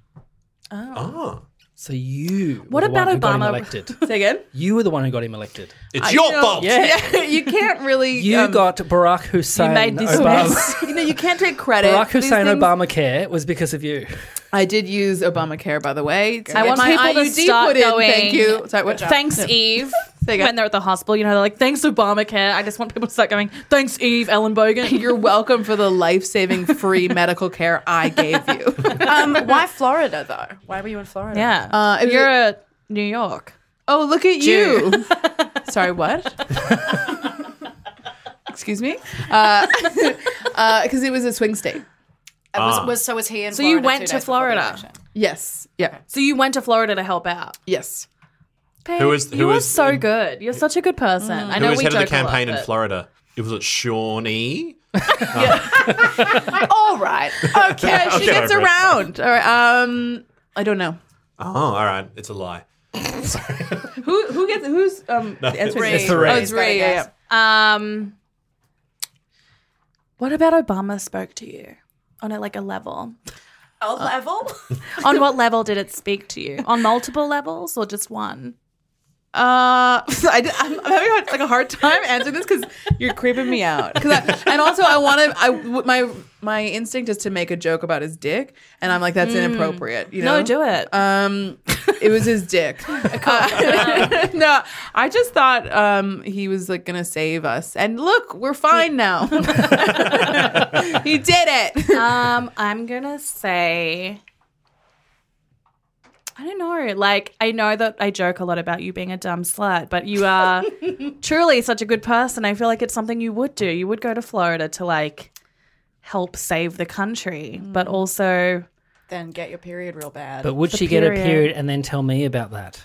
[SPEAKER 5] oh.
[SPEAKER 3] So you.
[SPEAKER 4] What
[SPEAKER 3] were the
[SPEAKER 4] about
[SPEAKER 3] one who got him
[SPEAKER 4] Obama?
[SPEAKER 3] elected.
[SPEAKER 4] Say again.
[SPEAKER 3] You were the one who got him elected.
[SPEAKER 4] I feel-
[SPEAKER 3] Yeah.
[SPEAKER 6] [LAUGHS] you can't really.
[SPEAKER 3] You
[SPEAKER 6] um,
[SPEAKER 3] got Barack Hussein
[SPEAKER 6] you made this
[SPEAKER 3] Obama.
[SPEAKER 6] [LAUGHS] mess. you know, you can't take credit.
[SPEAKER 3] Barack
[SPEAKER 6] These
[SPEAKER 3] Hussein
[SPEAKER 6] things-
[SPEAKER 3] Obamacare was because of you.
[SPEAKER 6] I did use Obamacare, by the way. to
[SPEAKER 4] I
[SPEAKER 6] get
[SPEAKER 4] want
[SPEAKER 6] my
[SPEAKER 4] people to
[SPEAKER 6] IUD
[SPEAKER 4] start
[SPEAKER 6] put in.
[SPEAKER 4] going.
[SPEAKER 6] Thank you. Sorry, what?
[SPEAKER 4] Thanks,
[SPEAKER 6] Yeah. [LAUGHS]
[SPEAKER 4] Eve.
[SPEAKER 6] There you go.
[SPEAKER 4] When they're at the hospital, you know, they're like, "Thanks, Obamacare." I just want people to start going, "Thanks, Eve, Ellen Bogan."
[SPEAKER 6] [LAUGHS] You're welcome for the
[SPEAKER 4] [LAUGHS]
[SPEAKER 6] life-saving free medical care I gave you.
[SPEAKER 7] um, why Florida though? Why were you in Florida?
[SPEAKER 4] Yeah,
[SPEAKER 6] Uh, it was
[SPEAKER 4] you're
[SPEAKER 6] a-
[SPEAKER 4] a New York.
[SPEAKER 6] Oh, look at
[SPEAKER 4] Jew.
[SPEAKER 6] you. [LAUGHS] Sorry,
[SPEAKER 7] [LAUGHS]
[SPEAKER 6] what? Excuse me? [LAUGHS] Because it was a swing state.
[SPEAKER 7] Uh,
[SPEAKER 6] Ah.
[SPEAKER 7] was, was, so was he in
[SPEAKER 4] So
[SPEAKER 7] Florida
[SPEAKER 4] you went
[SPEAKER 7] two
[SPEAKER 4] to
[SPEAKER 7] days before the
[SPEAKER 4] Florida.
[SPEAKER 7] election?
[SPEAKER 6] Yes. Yeah.
[SPEAKER 4] So you went to Florida to help out.
[SPEAKER 6] Yes.
[SPEAKER 4] Babe,
[SPEAKER 5] Who is- who
[SPEAKER 4] you are
[SPEAKER 5] is Mm.
[SPEAKER 4] so good. You're such a good person. I
[SPEAKER 5] Who
[SPEAKER 4] know
[SPEAKER 5] was
[SPEAKER 4] we
[SPEAKER 5] head of the
[SPEAKER 4] joke a lot,
[SPEAKER 5] campaign in
[SPEAKER 4] but-
[SPEAKER 5] Florida? It was at Shawnee.
[SPEAKER 6] All right. [LAUGHS]
[SPEAKER 5] [LAUGHS]
[SPEAKER 6] Okay.
[SPEAKER 5] I'll
[SPEAKER 6] she
[SPEAKER 5] get
[SPEAKER 6] gets
[SPEAKER 5] over it.
[SPEAKER 6] around. All right. Um, I don't know.
[SPEAKER 5] Oh, all right. It's a lie.
[SPEAKER 6] Who who gets who's um
[SPEAKER 5] No,
[SPEAKER 6] the answer
[SPEAKER 5] it's-
[SPEAKER 6] is-
[SPEAKER 5] it's Ray.
[SPEAKER 6] Oh, it's Ray. Yeah, yeah.
[SPEAKER 4] Um, what about Obama spoke to you on a, like a level?
[SPEAKER 7] A level?
[SPEAKER 4] [LAUGHS] on what level did it speak to you? On multiple levels or just one?
[SPEAKER 6] Uh, [LAUGHS] I, am I'm having like a hard time answering this because you're creeping me out. 'Cause I, and also, I want to. I w- my my instinct is to make a joke about his dick, and I'm like, that's
[SPEAKER 4] Mm.
[SPEAKER 6] inappropriate. You
[SPEAKER 4] No,
[SPEAKER 6] know,
[SPEAKER 4] do it.
[SPEAKER 6] Um, it was his
[SPEAKER 4] [LAUGHS]
[SPEAKER 6] dick. Uh, [LAUGHS] no, I just thought um he was like gonna save us, and look, we're
[SPEAKER 4] [LAUGHS]
[SPEAKER 6] fine now. he
[SPEAKER 7] [LAUGHS]
[SPEAKER 6] did it.
[SPEAKER 4] um, I'm gonna say. I don't know. Like, I know that I joke a lot about you being a dumb slut, but
[SPEAKER 7] [LAUGHS]
[SPEAKER 4] you are truly such a good person. I feel like it's something you would do. You would go to Florida to like help save the country, but also
[SPEAKER 7] Mm. Then get your period real bad.
[SPEAKER 3] But would
[SPEAKER 4] The
[SPEAKER 3] she get a
[SPEAKER 4] period.
[SPEAKER 3] period and then tell me about that?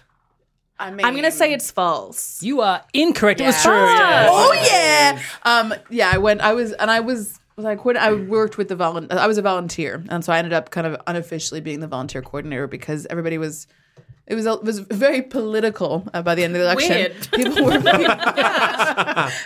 [SPEAKER 7] I mean,
[SPEAKER 4] I'm gonna say it's false.
[SPEAKER 3] You are incorrect. It was true. yeah.
[SPEAKER 6] Oh yeah. Um. Yeah. I went. I was, and I was like, when I worked with the volun. I was a volunteer, and so I ended up kind of unofficially being the volunteer coordinator because everybody was. It was it was very political uh, by the end of the election.
[SPEAKER 4] Weird.
[SPEAKER 6] People were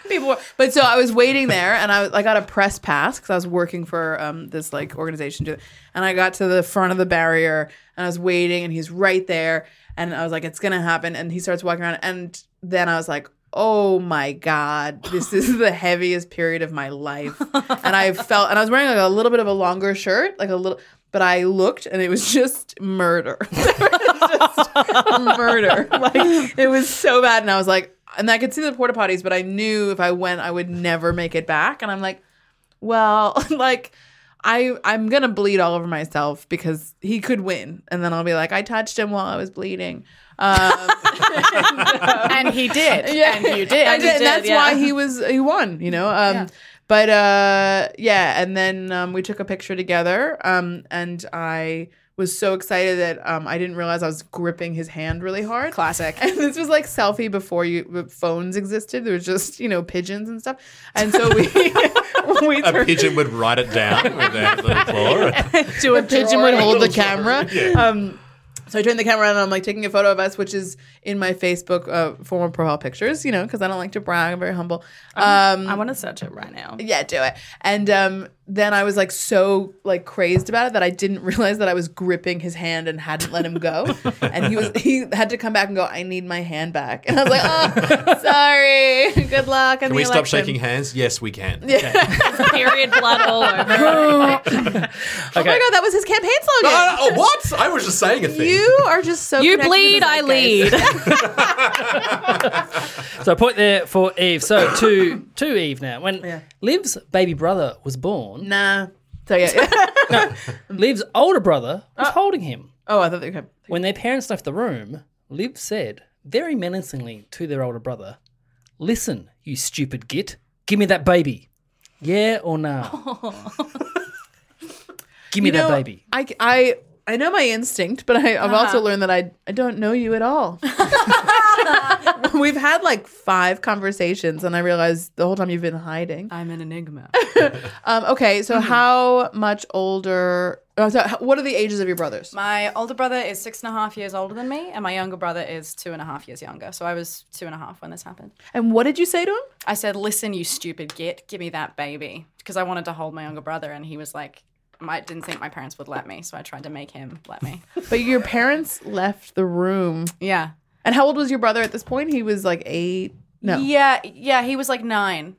[SPEAKER 6] people were, but so I was waiting there, and I I got a press pass because I was working for um, this like organization, and I got to the front of the barrier, and I was waiting, and he's right there, and I was like, it's gonna happen, and he starts walking around, and then I was like. Oh my God, this is the heaviest period of my life. And I felt, and I was wearing like a little bit of a longer shirt, like a little, but I looked and it was just murder. [LAUGHS] murder. Like it was so bad, and I was like, and I could see the porta potties, but I knew if I went, I would never make it back. And I'm like, well, [LAUGHS] like I I'm gonna bleed all over myself because he could win, and then I'll be like, I touched him while I was bleeding. Um,
[SPEAKER 7] [LAUGHS] and he did. And you did.
[SPEAKER 6] I did, and that's why he was he won. You know. Um, But uh, yeah, and then um, we took a picture together, um, and I was so excited that um, I didn't realize I was gripping his hand really hard.
[SPEAKER 7] Classic.
[SPEAKER 6] [LAUGHS] And this was like selfie before you phones existed. There was just you know pigeons and stuff, and so we [LAUGHS] we
[SPEAKER 5] A
[SPEAKER 6] turned-
[SPEAKER 5] pigeon would write it down with
[SPEAKER 7] [LAUGHS]
[SPEAKER 5] their little claw.
[SPEAKER 6] do a pigeon would hold the
[SPEAKER 5] Little
[SPEAKER 6] camera.
[SPEAKER 4] [LAUGHS]
[SPEAKER 5] drawer.
[SPEAKER 6] Um, so I turned the camera on and I'm like taking a photo of us, which is in my Facebook uh, formal profile pictures, you know, because I don't like to brag. I'm very humble. Um,
[SPEAKER 4] I want to search it right now.
[SPEAKER 6] yeah, do it. And um, then I was like so like crazed about it that I didn't [LAUGHS] realize that I was gripping his hand and hadn't let
[SPEAKER 4] [LAUGHS]
[SPEAKER 6] him go. and he was he had to come back and go, I need my hand back. And I was
[SPEAKER 4] [LAUGHS]
[SPEAKER 6] like, oh, sorry. Good luck.
[SPEAKER 5] Can we stop shaking hands? Yes, we can.
[SPEAKER 4] Period blood all over.
[SPEAKER 6] Oh my god, that was his campaign slogan.
[SPEAKER 5] Oh, oh, what? I was just saying a thing.
[SPEAKER 6] You are just so
[SPEAKER 4] You
[SPEAKER 6] connected to
[SPEAKER 4] bleed,
[SPEAKER 6] the
[SPEAKER 4] I
[SPEAKER 6] zeitgeist.
[SPEAKER 4] lead.
[SPEAKER 6] [LAUGHS]
[SPEAKER 3] [LAUGHS] So a point there for Eve. So to to Eve now. When Liv's baby brother was born,
[SPEAKER 6] Nah.
[SPEAKER 7] [LAUGHS]
[SPEAKER 6] So yeah.
[SPEAKER 3] Liv's older brother was holding him.
[SPEAKER 6] oh, I thought they were.
[SPEAKER 3] When their parents left the room, Liv said very menacingly to their older brother, "Listen, you stupid git, give me that baby. Yeah
[SPEAKER 7] [LAUGHS]
[SPEAKER 3] or no? [LAUGHS] give me
[SPEAKER 6] You know,
[SPEAKER 3] that baby."
[SPEAKER 6] I, I, I know my instinct, but I, I've also
[SPEAKER 4] Uh-huh.
[SPEAKER 6] learned that I, I don't know you
[SPEAKER 7] [LAUGHS]
[SPEAKER 6] at all. We've had like five conversations, and I realized the whole time you've been hiding.
[SPEAKER 4] I'm an enigma.
[SPEAKER 6] [LAUGHS] Um, okay,
[SPEAKER 7] Hmm.
[SPEAKER 6] so how much older? Oh, so h- what are the ages of your brothers?
[SPEAKER 7] My older brother is six and a half years older than me, and my younger brother is two and a half years younger. So I was two and a half when this happened.
[SPEAKER 6] And what did you say to him?
[SPEAKER 7] I said, "Listen, you stupid git, give me that baby," because I wanted to hold my younger brother, and he was like, I didn't think my parents would let me, so I tried to make him let me.
[SPEAKER 6] But your parents left the room.
[SPEAKER 7] Yeah.
[SPEAKER 6] And how old was your brother at this point? He was like eight. No.
[SPEAKER 7] Yeah, yeah, he was like nine.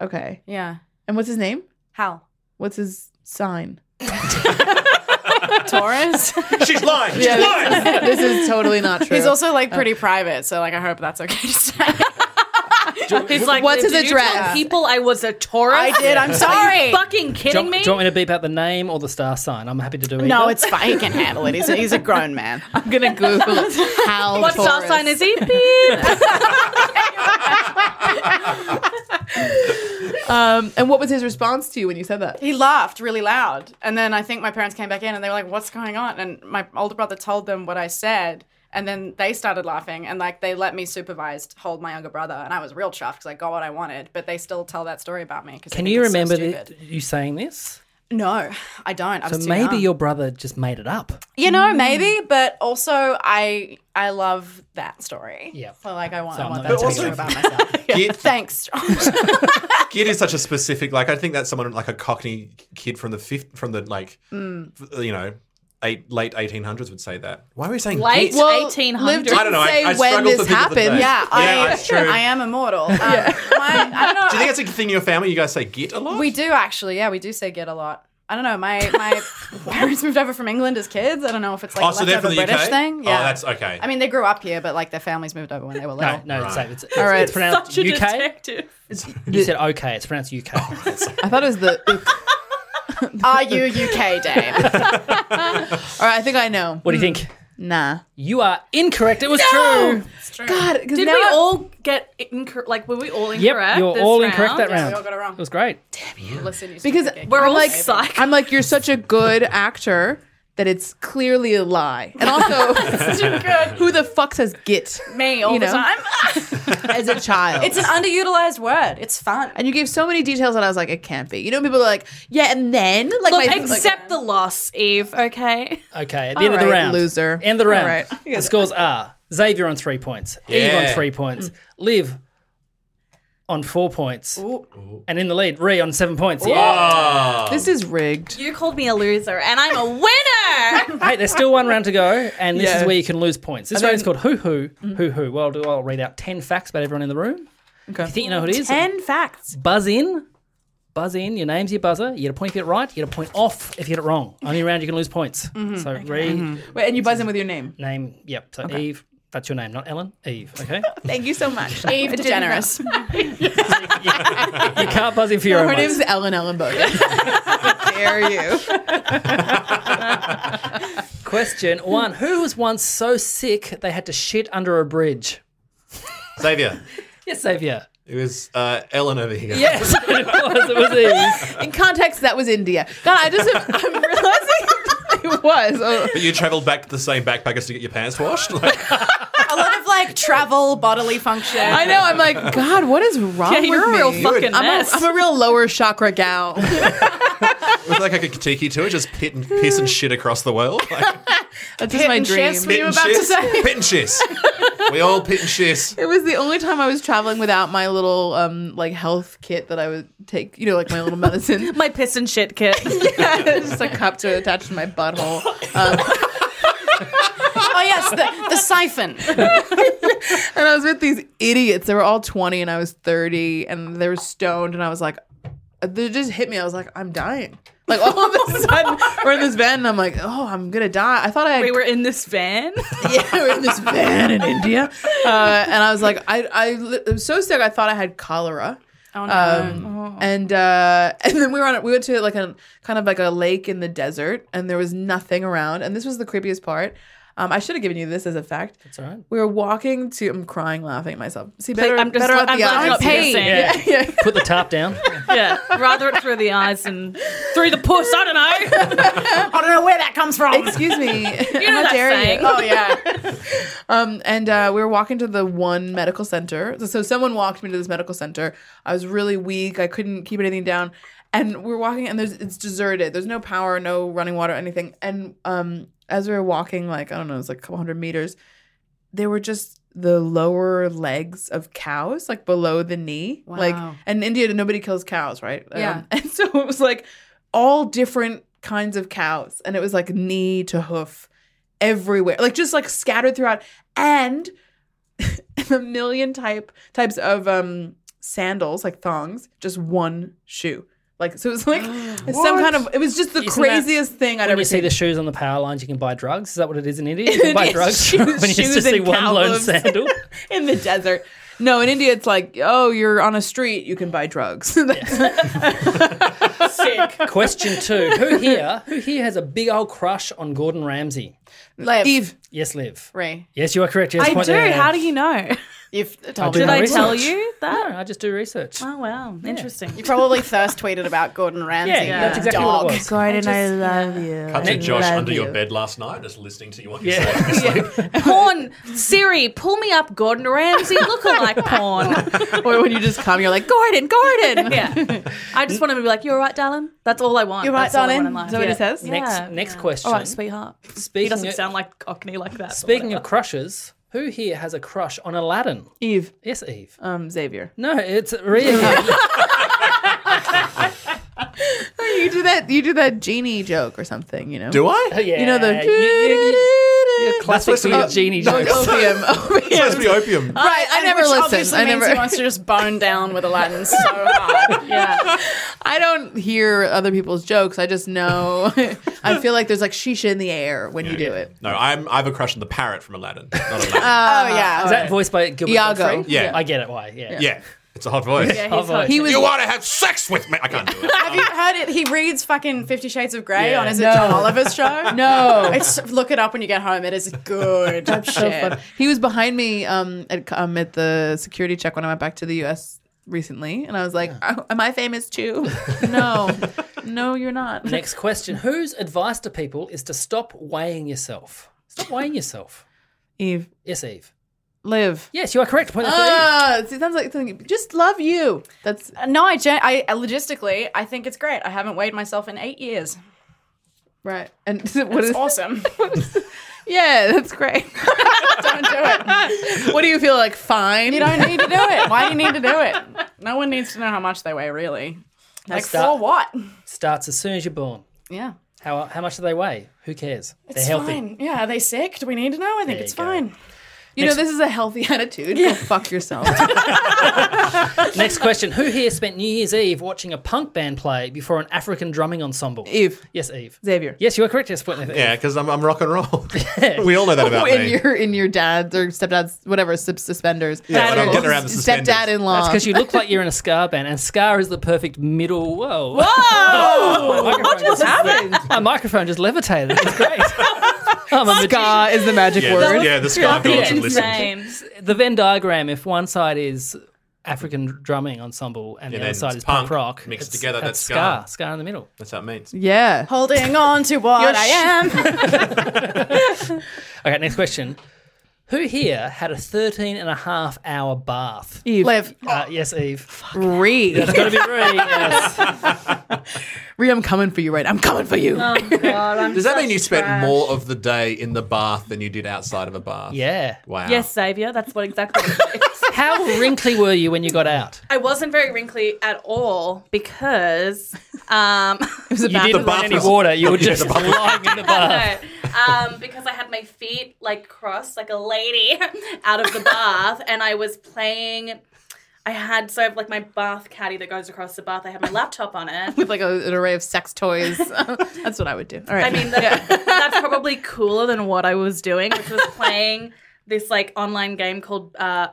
[SPEAKER 6] Okay.
[SPEAKER 7] Yeah.
[SPEAKER 6] And what's his name?
[SPEAKER 7] Hal.
[SPEAKER 6] What's his
[SPEAKER 7] [LAUGHS]
[SPEAKER 6] sign?
[SPEAKER 7] Taurus?
[SPEAKER 5] She's lying. She's
[SPEAKER 7] Yeah,
[SPEAKER 5] lying.
[SPEAKER 6] this is totally not true.
[SPEAKER 7] He's also like
[SPEAKER 6] Uh,
[SPEAKER 7] pretty private, so like I hope that's okay to say.
[SPEAKER 4] He's like,
[SPEAKER 6] What's his
[SPEAKER 4] "Did you tell
[SPEAKER 6] address?"
[SPEAKER 4] people, I was a Taurus.
[SPEAKER 7] I did, I'm
[SPEAKER 4] Are you
[SPEAKER 7] sorry.
[SPEAKER 4] fucking kidding
[SPEAKER 3] do, you-
[SPEAKER 4] me?
[SPEAKER 3] do you want me to beep out the name or the star sign? I'm happy to do it.
[SPEAKER 7] No, it's fine. He can handle it. He's a, he's a grown man.
[SPEAKER 6] I'm gonna Google Hal.
[SPEAKER 4] what star
[SPEAKER 6] Taurus.
[SPEAKER 4] sign is he? Beep.
[SPEAKER 6] [LAUGHS] Um, and what was his response to you when you said that?
[SPEAKER 7] He laughed [LAUGHS] really loud, and then I think my parents came back in and they were like, "What's going on?" And my older brother told them what I said, and then they started laughing and like they let me supervised hold my younger brother, and I was real chuffed because I got what I wanted, but they still tell that story about me because
[SPEAKER 3] Can you remember the, you saying this?
[SPEAKER 7] No, I don't. I was
[SPEAKER 3] so
[SPEAKER 7] too
[SPEAKER 3] maybe
[SPEAKER 7] young.
[SPEAKER 3] your brother just made it up.
[SPEAKER 7] You know, maybe, but also I I love that story. Yeah. So like I want,
[SPEAKER 3] So
[SPEAKER 7] I
[SPEAKER 3] I'm
[SPEAKER 7] want
[SPEAKER 3] not
[SPEAKER 7] that
[SPEAKER 3] gonna
[SPEAKER 7] story
[SPEAKER 3] take
[SPEAKER 7] about [LAUGHS] myself.
[SPEAKER 5] Get-
[SPEAKER 7] Thanks, John.
[SPEAKER 5] Kid is such a specific. Like I think that's someone like a Cockney kid from the fifth, from the like,
[SPEAKER 7] Mm.
[SPEAKER 5] f- you know, eight, late eighteen hundreds would say that. Why are we saying
[SPEAKER 4] Late
[SPEAKER 5] git?
[SPEAKER 6] Well,
[SPEAKER 4] 1800s.
[SPEAKER 5] I don't know. I,
[SPEAKER 6] say
[SPEAKER 5] I
[SPEAKER 6] when
[SPEAKER 5] struggle
[SPEAKER 6] this
[SPEAKER 5] for people
[SPEAKER 6] happened.
[SPEAKER 5] Today.
[SPEAKER 7] Yeah,
[SPEAKER 5] yeah,
[SPEAKER 7] I,
[SPEAKER 5] that's true.
[SPEAKER 7] I am
[SPEAKER 6] [LAUGHS]
[SPEAKER 7] immortal. Um, my- I don't know.
[SPEAKER 5] Do you think that's a thing in your family? You guys say git a lot.
[SPEAKER 7] We do actually, yeah, we do say get a lot. I don't know. My
[SPEAKER 5] [LAUGHS]
[SPEAKER 7] my parents moved over from England as kids. I don't know if it's like
[SPEAKER 5] oh,
[SPEAKER 7] a
[SPEAKER 5] so they're
[SPEAKER 7] leftover
[SPEAKER 5] from the
[SPEAKER 7] British
[SPEAKER 5] UK.
[SPEAKER 7] thing. Yeah.
[SPEAKER 5] Oh, that's okay.
[SPEAKER 7] I mean, they grew up here, but like their families moved over when they were little.
[SPEAKER 3] No, no, it's,
[SPEAKER 5] Right.
[SPEAKER 3] it's, it's,
[SPEAKER 6] All right.
[SPEAKER 3] it's pronounced
[SPEAKER 4] Such a
[SPEAKER 3] UK.
[SPEAKER 4] detective.
[SPEAKER 3] You said okay. It's
[SPEAKER 7] [LAUGHS]
[SPEAKER 3] pronounced UK.
[SPEAKER 6] I thought it was the.
[SPEAKER 7] Are you UK,
[SPEAKER 6] [LAUGHS]
[SPEAKER 7] Dave?
[SPEAKER 6] All right, I think I know.
[SPEAKER 3] what do you think?
[SPEAKER 6] Nah.
[SPEAKER 3] You are incorrect. It was true.
[SPEAKER 6] God, because
[SPEAKER 4] Did
[SPEAKER 6] now
[SPEAKER 4] we
[SPEAKER 6] I- [LAUGHS]
[SPEAKER 4] all get incorrect? Like, were we all
[SPEAKER 3] Yep,
[SPEAKER 4] incorrect?
[SPEAKER 3] you were
[SPEAKER 4] this
[SPEAKER 3] all
[SPEAKER 4] round?
[SPEAKER 3] incorrect that
[SPEAKER 7] Yeah,
[SPEAKER 3] round.
[SPEAKER 7] we all got it wrong.
[SPEAKER 3] It was great.
[SPEAKER 7] Listen, you
[SPEAKER 6] because
[SPEAKER 7] stupid
[SPEAKER 6] we're
[SPEAKER 4] We're
[SPEAKER 6] I'm
[SPEAKER 4] all
[SPEAKER 6] like,
[SPEAKER 4] psych.
[SPEAKER 6] I'm like, you're such a good actor that it's clearly a lie. And also, who the fuck says git
[SPEAKER 7] kid. me all
[SPEAKER 6] you
[SPEAKER 7] the
[SPEAKER 6] know?
[SPEAKER 7] time.
[SPEAKER 6] [LAUGHS] as a child?
[SPEAKER 7] it's an underutilized word. It's fun.
[SPEAKER 6] and you gave so many details that I was like, it can't be. You know, people are like, yeah, and then like,
[SPEAKER 4] Look,
[SPEAKER 6] my- like-
[SPEAKER 4] accept the loss, Eve. Okay.
[SPEAKER 3] Okay, at the
[SPEAKER 6] All
[SPEAKER 3] end of the
[SPEAKER 6] right,
[SPEAKER 3] round.
[SPEAKER 6] loser.
[SPEAKER 3] End of the
[SPEAKER 6] All
[SPEAKER 3] round.
[SPEAKER 6] right.
[SPEAKER 3] The scores are Xavier on three points, Eve
[SPEAKER 5] Yeah.
[SPEAKER 3] on three points, Liv on four points, and in the lead, Ree on seven points.
[SPEAKER 5] Oh.
[SPEAKER 6] this is rigged.
[SPEAKER 4] You called me a loser, and I'm a
[SPEAKER 6] [LAUGHS]
[SPEAKER 4] winner.
[SPEAKER 3] Hey, there's still one round to go, and this
[SPEAKER 6] Yeah.
[SPEAKER 3] is where you can lose points. This round is called Hoo Hoo, Hoo Hoo. Well, do I'll read out 10 facts about everyone in the room. Okay. If you think you know who it is,
[SPEAKER 4] Ten facts.
[SPEAKER 3] buzz in. Buzz in. Your name's your buzzer. You get a point if you get it right. You get a point off if you get it wrong. Only round you can lose points. So, Ree,
[SPEAKER 6] Wait, and you buzz in with your name.
[SPEAKER 3] name, yep. So, Eve, that's your name, not Ellen. Eve,
[SPEAKER 4] [LAUGHS]
[SPEAKER 3] okay?
[SPEAKER 6] Thank you so much.
[SPEAKER 7] Eve DeGeneres.
[SPEAKER 3] you can't buzz in for your own
[SPEAKER 6] Her
[SPEAKER 3] ones.
[SPEAKER 6] name's Ellen Ellen Bogan. How dare you?
[SPEAKER 3] Question one: Who was once so sick they had to shit under a bridge?
[SPEAKER 5] Xavier.
[SPEAKER 3] Yes, Xavier. [LAUGHS]
[SPEAKER 5] It was uh, Ellen over here.
[SPEAKER 3] Yes, it was. It was
[SPEAKER 7] [LAUGHS]
[SPEAKER 3] Eve.
[SPEAKER 6] [LAUGHS] In context, that was India. God, I just I'm realizing [LAUGHS] it was. Oh.
[SPEAKER 5] But you travelled back to the same backpackers to get your pants washed. [LAUGHS] Like,
[SPEAKER 7] a lot of like travel, bodily function.
[SPEAKER 6] I know. I'm like, God, what is wrong
[SPEAKER 4] Yeah,
[SPEAKER 6] with
[SPEAKER 4] you're a
[SPEAKER 6] me?
[SPEAKER 4] real fucking
[SPEAKER 6] I'm
[SPEAKER 4] mess.
[SPEAKER 6] A, I'm a real lower chakra gal.
[SPEAKER 5] it was like a Kentucky tour, just pit and piss and shit across the world. Like,
[SPEAKER 7] Hit
[SPEAKER 6] That's just my
[SPEAKER 7] and
[SPEAKER 6] dream.
[SPEAKER 7] shift.
[SPEAKER 5] pit
[SPEAKER 7] you
[SPEAKER 5] and
[SPEAKER 7] about to
[SPEAKER 5] shiss,
[SPEAKER 7] say?
[SPEAKER 5] Pit and shiss. We all pit and shiss.
[SPEAKER 6] It was the only time I was traveling without my little um like health kit that I would take. You know, like my little medicine.
[SPEAKER 4] [LAUGHS] My piss and shit
[SPEAKER 6] [LAUGHS]
[SPEAKER 4] kit.
[SPEAKER 6] It's just a cup to attach to my butthole.
[SPEAKER 4] [LAUGHS]
[SPEAKER 6] Um,
[SPEAKER 7] Oh yes, the, the
[SPEAKER 6] [LAUGHS]
[SPEAKER 7] siphon.
[SPEAKER 6] and I was with these idiots. They were all 20 and I was 30 and they were stoned and I was like uh, they just hit me. I was like, I'm dying. Like all
[SPEAKER 4] [LAUGHS]
[SPEAKER 6] of a sudden, we're in this van and I'm like, oh, I'm gonna die. I thought I had
[SPEAKER 4] we were in this van.
[SPEAKER 6] [LAUGHS] yeah, we're in this van in India. Uh, and I was like, I, I, li- I was so sick. I thought I had cholera.
[SPEAKER 7] Oh
[SPEAKER 6] Um, and uh, [LAUGHS] and then we were on it. We went to like a kind of like a lake in the desert, and there was nothing around. And this was the creepiest part. Um, I should have given you this as a fact. That's
[SPEAKER 3] all right.
[SPEAKER 6] We were walking to. I'm crying, laughing at myself. See,
[SPEAKER 4] Like,
[SPEAKER 6] better.
[SPEAKER 4] I'm just
[SPEAKER 6] better
[SPEAKER 4] I'm
[SPEAKER 6] at the
[SPEAKER 4] glad
[SPEAKER 6] eyes.
[SPEAKER 4] you're not
[SPEAKER 7] Pain.
[SPEAKER 4] piercing.
[SPEAKER 3] Yeah.
[SPEAKER 4] Yeah.
[SPEAKER 6] Yeah.
[SPEAKER 3] Put the top
[SPEAKER 4] [LAUGHS]
[SPEAKER 3] down.
[SPEAKER 4] Rather it through the eyes and through the puss. I don't know.
[SPEAKER 7] [LAUGHS] I don't know where that comes from.
[SPEAKER 4] [LAUGHS]
[SPEAKER 6] [LAUGHS] Excuse me.
[SPEAKER 4] You know
[SPEAKER 6] How
[SPEAKER 4] that
[SPEAKER 6] dare you?
[SPEAKER 4] saying.
[SPEAKER 7] Oh yeah.
[SPEAKER 6] [LAUGHS] Um, and uh, we were walking to the one medical center. So, so someone walked me to this medical center. I was really weak. I couldn't keep anything down. And we're walking, and there's it's deserted. There's no power, no running water, anything. And um, as we were walking, like I don't know, it's like a couple hundred meters. They were just the lower legs of cows, like below the knee. Like,
[SPEAKER 7] Wow.
[SPEAKER 6] [LAUGHS] and in India, nobody kills cows, right?
[SPEAKER 7] Yeah.
[SPEAKER 6] and so it was like all different kinds of cows, and it was like knee to hoof everywhere, like just like scattered throughout, and [LAUGHS] a million type types of um sandals, like thongs, just one shoe. Like so, it
[SPEAKER 3] [GASPS]
[SPEAKER 6] was like some
[SPEAKER 3] What?
[SPEAKER 6] kind of. It was just the
[SPEAKER 3] Isn't that
[SPEAKER 6] craziest thing I'd
[SPEAKER 3] when
[SPEAKER 6] ever
[SPEAKER 3] you see
[SPEAKER 6] seen.
[SPEAKER 3] the shoes on the power lines, you can buy drugs. Is that what it is
[SPEAKER 4] [LAUGHS]
[SPEAKER 3] in India? You can
[SPEAKER 6] It
[SPEAKER 3] buy
[SPEAKER 6] is
[SPEAKER 3] drugs [LAUGHS]
[SPEAKER 6] shoes-
[SPEAKER 3] when you just
[SPEAKER 6] shoes
[SPEAKER 3] see
[SPEAKER 6] and
[SPEAKER 3] one lone
[SPEAKER 6] cowlibs.
[SPEAKER 3] sandal.
[SPEAKER 6] in the desert. No, in India, it's like, oh, you're on a street, you can buy drugs. [LAUGHS]
[SPEAKER 3] Sick. Question two: Who here? Who here has a big old crush on Gordon Ramsay?
[SPEAKER 7] Liv. Eve.
[SPEAKER 3] Yes, Liv.
[SPEAKER 7] Ray.
[SPEAKER 3] Yes, you are correct. Yes,
[SPEAKER 7] I
[SPEAKER 3] point
[SPEAKER 7] do.
[SPEAKER 3] there.
[SPEAKER 7] How do you know? You've told
[SPEAKER 3] do
[SPEAKER 7] me.
[SPEAKER 3] my Did I tell research.
[SPEAKER 7] you
[SPEAKER 3] that? No, I just do research.
[SPEAKER 7] Oh wow,
[SPEAKER 4] Interesting.
[SPEAKER 7] You probably thirst tweeted about Gordon Ramsay.
[SPEAKER 3] Yeah, that's exactly what it
[SPEAKER 7] Dog.
[SPEAKER 3] was.
[SPEAKER 6] Gordon, I
[SPEAKER 7] love
[SPEAKER 6] you.
[SPEAKER 5] Cut to Josh under your
[SPEAKER 6] you.
[SPEAKER 5] bed last night, just listening to you on your yeah.
[SPEAKER 4] porn. Siri, pull me up Gordon Ramsay lookalike porn.
[SPEAKER 6] or when you just come, you're like, Gordon, Gordon.
[SPEAKER 4] yeah. I just want him to be like, you're right, darling. That's all I want.
[SPEAKER 6] You're right,
[SPEAKER 4] That's all I want
[SPEAKER 6] darling.
[SPEAKER 4] in life.
[SPEAKER 6] Is that what he says?
[SPEAKER 3] Next,
[SPEAKER 4] Yeah.
[SPEAKER 3] next question.
[SPEAKER 4] All right, sweetheart.
[SPEAKER 3] Speaking
[SPEAKER 4] he doesn't
[SPEAKER 3] of-
[SPEAKER 4] sound like Cockney like that. but
[SPEAKER 3] Speaking of crushes, who here has a crush on Aladdin?
[SPEAKER 6] Eve.
[SPEAKER 3] Yes, Eve.
[SPEAKER 6] Um, Xavier.
[SPEAKER 3] No, it's Ria.
[SPEAKER 6] You do that. You do that genie joke or something. You know.
[SPEAKER 5] Do I?
[SPEAKER 6] You know the.
[SPEAKER 3] You-
[SPEAKER 6] [LAUGHS]
[SPEAKER 3] you- you- your classic
[SPEAKER 6] That's supposed to be-
[SPEAKER 3] genie
[SPEAKER 6] Oh,
[SPEAKER 3] joke.
[SPEAKER 6] Opium. Opium.
[SPEAKER 5] Supposed to be opium.
[SPEAKER 6] Right, I
[SPEAKER 7] And
[SPEAKER 6] never
[SPEAKER 7] which
[SPEAKER 6] listen.
[SPEAKER 7] Obviously
[SPEAKER 6] I
[SPEAKER 7] means
[SPEAKER 6] never-
[SPEAKER 7] he wants to just bone down with Aladdin
[SPEAKER 6] [LAUGHS]
[SPEAKER 7] so hard. [LAUGHS] Yeah.
[SPEAKER 6] I don't hear other people's jokes. I just know. [LAUGHS] I feel like there's like shisha in the air when you do it.
[SPEAKER 5] No, I'm, I have a crush on the parrot from Aladdin. Not Aladdin.
[SPEAKER 6] oh yeah.
[SPEAKER 3] Is that voiced by Gilbert
[SPEAKER 6] Iago.
[SPEAKER 3] Gottfried?
[SPEAKER 5] Yeah.
[SPEAKER 3] I get it why. Yeah.
[SPEAKER 5] yeah, it's a hot voice.
[SPEAKER 3] Yeah, Hot he's hot. voice.
[SPEAKER 6] He was-
[SPEAKER 5] you want to have sex with me? I can't do it.
[SPEAKER 7] Have you heard it? He reads fucking Fifty Shades of Grey
[SPEAKER 5] Yeah.
[SPEAKER 7] on is
[SPEAKER 6] No.
[SPEAKER 7] it John Oliver's show?
[SPEAKER 6] [LAUGHS] No.
[SPEAKER 7] It's, look it up when you get home. It is
[SPEAKER 6] [LAUGHS]
[SPEAKER 7] good. That's
[SPEAKER 6] so fun. He was behind me um, at, um, at the security check when I went back to the U.S. recently, and I was like, oh, "Am I famous
[SPEAKER 3] [LAUGHS]
[SPEAKER 6] too?" no, no, you're not.
[SPEAKER 3] Next question. Whose advice to people is to stop weighing yourself? Stop weighing yourself.
[SPEAKER 6] Eve,
[SPEAKER 3] Yes, Eve.
[SPEAKER 6] live.
[SPEAKER 3] Yes, you are correct. Point there for Eve.
[SPEAKER 6] Ah, it sounds like something. Just love you. That's
[SPEAKER 7] Uh, No, I, gen- I logistically, I think it's great. I haven't weighed myself in eight years.
[SPEAKER 6] right. And [LAUGHS] what
[SPEAKER 7] It's
[SPEAKER 6] is?
[SPEAKER 7] awesome.
[SPEAKER 6] Yeah, that's great.
[SPEAKER 7] [LAUGHS] don't do it.
[SPEAKER 6] what do you feel like? Fine.
[SPEAKER 7] You don't need to do it. Why do you need to do it? No one needs to know how much they weigh, really. Like
[SPEAKER 3] stop.
[SPEAKER 7] for what?
[SPEAKER 3] Starts as soon as you're born.
[SPEAKER 7] Yeah,
[SPEAKER 3] How, how much do they weigh? Who cares?
[SPEAKER 7] it's
[SPEAKER 3] They're healthy.
[SPEAKER 7] fine. Yeah, are they sick? Do we need to know? I think
[SPEAKER 3] There
[SPEAKER 7] it's
[SPEAKER 3] you go.
[SPEAKER 7] fine.
[SPEAKER 6] You
[SPEAKER 3] Next-
[SPEAKER 6] know, this is a healthy [LAUGHS] attitude. Go fuck yourself. [LAUGHS]
[SPEAKER 3] Next question. Who here spent New Year's Eve watching a punk band play before an African drumming ensemble?
[SPEAKER 6] Eve,
[SPEAKER 3] Yes, Eve.
[SPEAKER 6] Xavier.
[SPEAKER 3] Yes, you are correct. Yes, point there for Eve.
[SPEAKER 5] Yeah, because I'm, I'm rock and roll. we all know that about
[SPEAKER 6] [LAUGHS] in
[SPEAKER 5] me.
[SPEAKER 6] your in your dad's or stepdad's whatever sus- suspenders.
[SPEAKER 5] Yeah, when I'm
[SPEAKER 6] Dad's-
[SPEAKER 5] getting around the suspenders.
[SPEAKER 6] Stepdad in law.
[SPEAKER 3] That's because you look like you're in a Scar band, and Scar is the perfect middle. Whoa!
[SPEAKER 6] [LAUGHS] Whoa!
[SPEAKER 3] My [LAUGHS] microphone just [LAUGHS] My microphone just levitated. It's great. [LAUGHS] I'm a
[SPEAKER 6] Ska is the magic
[SPEAKER 5] Yeah,
[SPEAKER 6] word.
[SPEAKER 5] yeah, the Scar
[SPEAKER 3] fucking
[SPEAKER 5] Gods have listened.
[SPEAKER 4] insane.
[SPEAKER 3] the Venn diagram, if one side is African drumming ensemble and the
[SPEAKER 5] And
[SPEAKER 3] other
[SPEAKER 5] then
[SPEAKER 3] side
[SPEAKER 5] it's
[SPEAKER 3] is punk,
[SPEAKER 5] punk
[SPEAKER 3] rock,
[SPEAKER 5] mixed
[SPEAKER 3] it's-
[SPEAKER 5] together, that's
[SPEAKER 3] ska.
[SPEAKER 5] ska.
[SPEAKER 3] Ska in the middle.
[SPEAKER 5] That's how it means.
[SPEAKER 6] Yeah.
[SPEAKER 7] Holding on to what
[SPEAKER 6] You're
[SPEAKER 7] I
[SPEAKER 6] sh- [LAUGHS]
[SPEAKER 7] am.
[SPEAKER 3] Okay, next question. Who here had a 13 and a half hour bath?
[SPEAKER 6] Eve. Liv.
[SPEAKER 3] Uh, yes,
[SPEAKER 5] [LAUGHS]
[SPEAKER 3] Eve.
[SPEAKER 6] Ree.
[SPEAKER 3] It's got to be Ree. Yes.
[SPEAKER 6] Ree, I'm coming for you, right? I'm coming for you.
[SPEAKER 7] Oh,
[SPEAKER 6] [LAUGHS]
[SPEAKER 5] Does that mean you spent more of the day in the bath than you did outside of a bath?
[SPEAKER 3] Yeah.
[SPEAKER 5] Wow.
[SPEAKER 4] Yes,
[SPEAKER 5] [LAUGHS]
[SPEAKER 4] Xavier. That's what exactly. it is.
[SPEAKER 3] How wrinkly were you when you got out?
[SPEAKER 4] I wasn't very wrinkly at all because um,
[SPEAKER 3] You didn't
[SPEAKER 5] bath
[SPEAKER 3] want any
[SPEAKER 5] was-
[SPEAKER 3] water. You were
[SPEAKER 5] [LAUGHS] Yeah,
[SPEAKER 3] just
[SPEAKER 5] the bath was-
[SPEAKER 3] lying in the bath.
[SPEAKER 4] um, because I had my feet like crossed like a lady out of the bath, and I was playing. I had so I have like my bath caddy that goes across the bath. I had my laptop on it.
[SPEAKER 6] [LAUGHS] With like a, an array of sex toys. [LAUGHS] That's what I would do. All right.
[SPEAKER 4] I mean, that, that's probably cooler than what I was doing, which was playing this like online game called uh,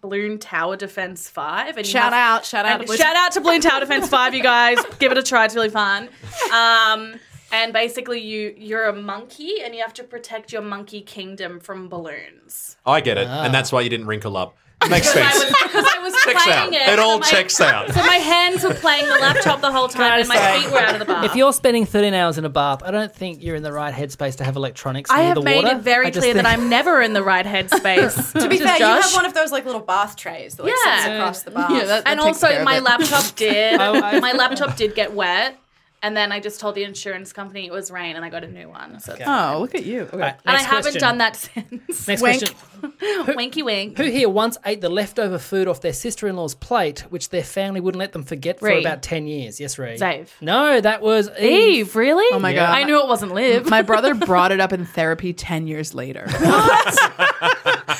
[SPEAKER 4] Balloon Tower Defense Five. And you
[SPEAKER 7] Shout
[SPEAKER 4] have-
[SPEAKER 7] out, shout out.
[SPEAKER 4] and shout out to
[SPEAKER 7] [LAUGHS]
[SPEAKER 4] Balloon Tower Defense Five, you guys. Give it a try; it's really fun. Um, and basically, you you're a monkey, and you have to protect your monkey kingdom from balloons. [LAUGHS]
[SPEAKER 5] I get it. And that's why you didn't wrinkle up. Makes
[SPEAKER 4] I
[SPEAKER 5] sense.
[SPEAKER 4] was, because I was
[SPEAKER 5] Checks
[SPEAKER 4] playing it.
[SPEAKER 5] out. It all
[SPEAKER 4] so my-
[SPEAKER 5] checks out.
[SPEAKER 4] So my hands were playing the laptop the whole time, and my feet were out of the bath.
[SPEAKER 3] If you're spending 13 hours in a bath, I don't think you're in the right headspace to have electronics
[SPEAKER 4] I
[SPEAKER 3] near
[SPEAKER 4] have
[SPEAKER 3] the
[SPEAKER 4] made
[SPEAKER 3] water.
[SPEAKER 4] it very
[SPEAKER 3] I just
[SPEAKER 4] clear that
[SPEAKER 3] think-
[SPEAKER 4] I'm never in the right headspace.
[SPEAKER 7] [LAUGHS] To be fair, you
[SPEAKER 3] Josh.
[SPEAKER 7] have one of those like little bath trays that like
[SPEAKER 4] Yeah.
[SPEAKER 7] sits across the bath.
[SPEAKER 6] Yeah, that-
[SPEAKER 4] and
[SPEAKER 6] [LAUGHS] takes care
[SPEAKER 4] also
[SPEAKER 6] of
[SPEAKER 4] my
[SPEAKER 6] it.
[SPEAKER 4] laptop did
[SPEAKER 3] I- I-
[SPEAKER 4] my laptop did get wet And then I just told the insurance company it was rain, and I got a new one. So it's
[SPEAKER 6] Oh, look at you. Okay.
[SPEAKER 4] and I haven't done that [LAUGHS] since.
[SPEAKER 3] Next
[SPEAKER 4] Wink.
[SPEAKER 3] question.
[SPEAKER 4] [LAUGHS] Winky wink.
[SPEAKER 3] Who here once ate the leftover food off their sister in law's plate, which their family wouldn't let them forget for
[SPEAKER 4] Ree.
[SPEAKER 3] about 10 years? Yes, Ray.
[SPEAKER 4] Dave.
[SPEAKER 3] No, that was e- Eve.
[SPEAKER 4] Eve, really?
[SPEAKER 6] Oh my
[SPEAKER 3] Yeah.
[SPEAKER 6] god!
[SPEAKER 3] I
[SPEAKER 4] knew it wasn't live.
[SPEAKER 6] My
[SPEAKER 4] [LAUGHS]
[SPEAKER 6] brother brought it up in therapy ten years later. [LAUGHS]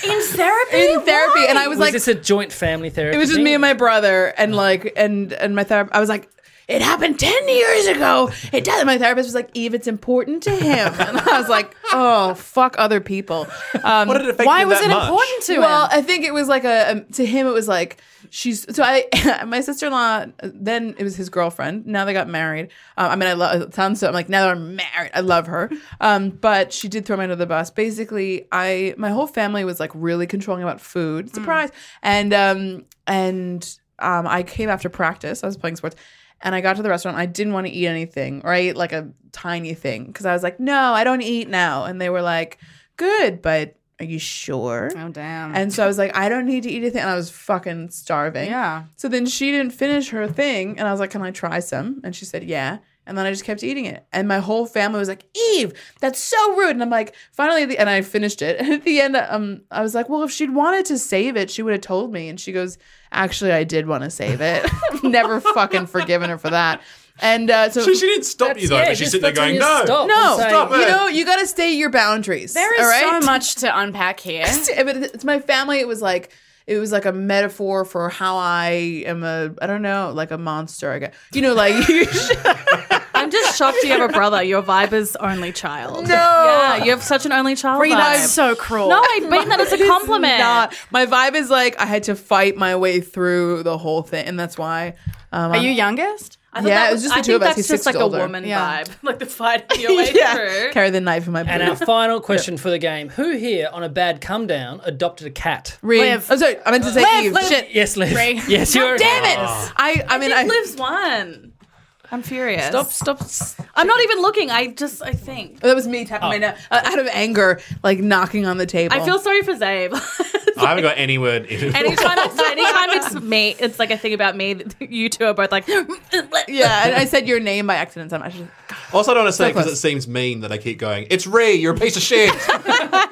[SPEAKER 4] In therapy?
[SPEAKER 6] In therapy, and I was,
[SPEAKER 3] was
[SPEAKER 6] like,
[SPEAKER 3] this a joint family therapy?
[SPEAKER 6] it was just
[SPEAKER 3] thing?
[SPEAKER 6] me and my brother, and like, and and my therapist. I was like, it happened ten years ago. It does. My therapist was like, Eve, it's important to him, [LAUGHS] and I was like, oh fuck, other people. Um,
[SPEAKER 7] What did it affect you that much?
[SPEAKER 6] well,
[SPEAKER 7] Well,
[SPEAKER 6] I think it was like a um, to him it was like she's so I [LAUGHS] my sister in law then it was his girlfriend now they got married um, I mean I love it sounds so I'm like now they're married I love her um, but she did throw me under the bus basically I my whole family was like really controlling about food surprise and um and um I came after practice I was playing sports and I got to the restaurant. I didn't want to eat anything, or I ate like a tiny thing because I was like, no, I don't eat now. And they were like, good, but are you sure?
[SPEAKER 7] Oh damn.
[SPEAKER 6] And so I was like, I don't need to eat anything. And I was fucking starving.
[SPEAKER 7] Yeah.
[SPEAKER 6] So then she didn't finish her thing. And I was like, Can I try some? And she said, Yeah. And then I just kept eating it. And my whole family was like, Eve, that's so rude. And I'm like, finally, at the, and I finished it. [LAUGHS] And at the end, um, I was like, well, if she'd wanted to save it, she would have told me. And she goes, actually, I did want to save it. [LAUGHS] Never fucking forgiven her for that. And uh, so
[SPEAKER 5] She- she didn't stop you, though, That's- but yeah, she's just sitting there fucking going, "No, stop
[SPEAKER 6] no,
[SPEAKER 5] and say- stop
[SPEAKER 6] You
[SPEAKER 5] it."
[SPEAKER 6] know, you got to stay your boundaries.
[SPEAKER 7] There is
[SPEAKER 6] all right?
[SPEAKER 7] so much to unpack
[SPEAKER 6] [LAUGHS]
[SPEAKER 7] here.
[SPEAKER 6] Yeah, but it's my family. It was like it was like a metaphor for how I am a I don't know like a monster. I guess you [LAUGHS] know like
[SPEAKER 4] I'm just shocked you have a brother. Your vibe is only child.
[SPEAKER 6] No.
[SPEAKER 4] Yeah, you have such an only child.
[SPEAKER 6] Rita,
[SPEAKER 4] vibe.
[SPEAKER 6] I'm so cruel.
[SPEAKER 4] No, I mean
[SPEAKER 6] [LAUGHS]
[SPEAKER 4] that as
[SPEAKER 6] It is
[SPEAKER 4] a compliment.
[SPEAKER 6] not. my vibe is like I had to fight my way through the whole thing, and that's why. Um,
[SPEAKER 7] Are you
[SPEAKER 6] I'm-
[SPEAKER 7] youngest?
[SPEAKER 4] I thought
[SPEAKER 6] yeah,
[SPEAKER 4] that
[SPEAKER 6] it was just the
[SPEAKER 4] I
[SPEAKER 6] two
[SPEAKER 4] think
[SPEAKER 6] of us.
[SPEAKER 4] That's
[SPEAKER 6] He's
[SPEAKER 4] just
[SPEAKER 6] six
[SPEAKER 4] like
[SPEAKER 6] years older.
[SPEAKER 4] a woman
[SPEAKER 6] Yeah.
[SPEAKER 4] vibe, like the fighting your [LAUGHS] way
[SPEAKER 6] Yeah.
[SPEAKER 4] through.
[SPEAKER 6] Carry the knife in my.
[SPEAKER 3] And
[SPEAKER 6] boot.
[SPEAKER 3] our
[SPEAKER 5] [LAUGHS]
[SPEAKER 3] final question for the game Who here on a bad come down adopted a cat?
[SPEAKER 6] Reed. Liv. Oh, sorry, I meant to say Liv, Eve. Liv. Shit.
[SPEAKER 3] Yes, Liv.
[SPEAKER 6] Ray.
[SPEAKER 3] [LAUGHS] Yes,
[SPEAKER 6] God
[SPEAKER 3] you're.
[SPEAKER 6] damn it!
[SPEAKER 5] Oh.
[SPEAKER 6] I, I mean, I,
[SPEAKER 4] lives one. I'm furious.
[SPEAKER 6] Stop, stop. s-
[SPEAKER 4] I'm not even looking. I just, I think.
[SPEAKER 6] Oh, That was me
[SPEAKER 5] Oh.
[SPEAKER 6] tapping my na- uh, out of anger, like knocking on the table.
[SPEAKER 4] I feel sorry for Zabe. [LAUGHS]
[SPEAKER 5] I haven't got any word. In
[SPEAKER 4] anytime, it's, anytime it's me, it's like a thing about me. that [LAUGHS] You two are both like,
[SPEAKER 6] yeah, and I said your name by accident. So I'm actually [LAUGHS]
[SPEAKER 5] Also, I don't want to
[SPEAKER 6] So
[SPEAKER 5] say because
[SPEAKER 6] close.
[SPEAKER 5] it seems mean that I keep going. It's Ree. You're a piece of shit.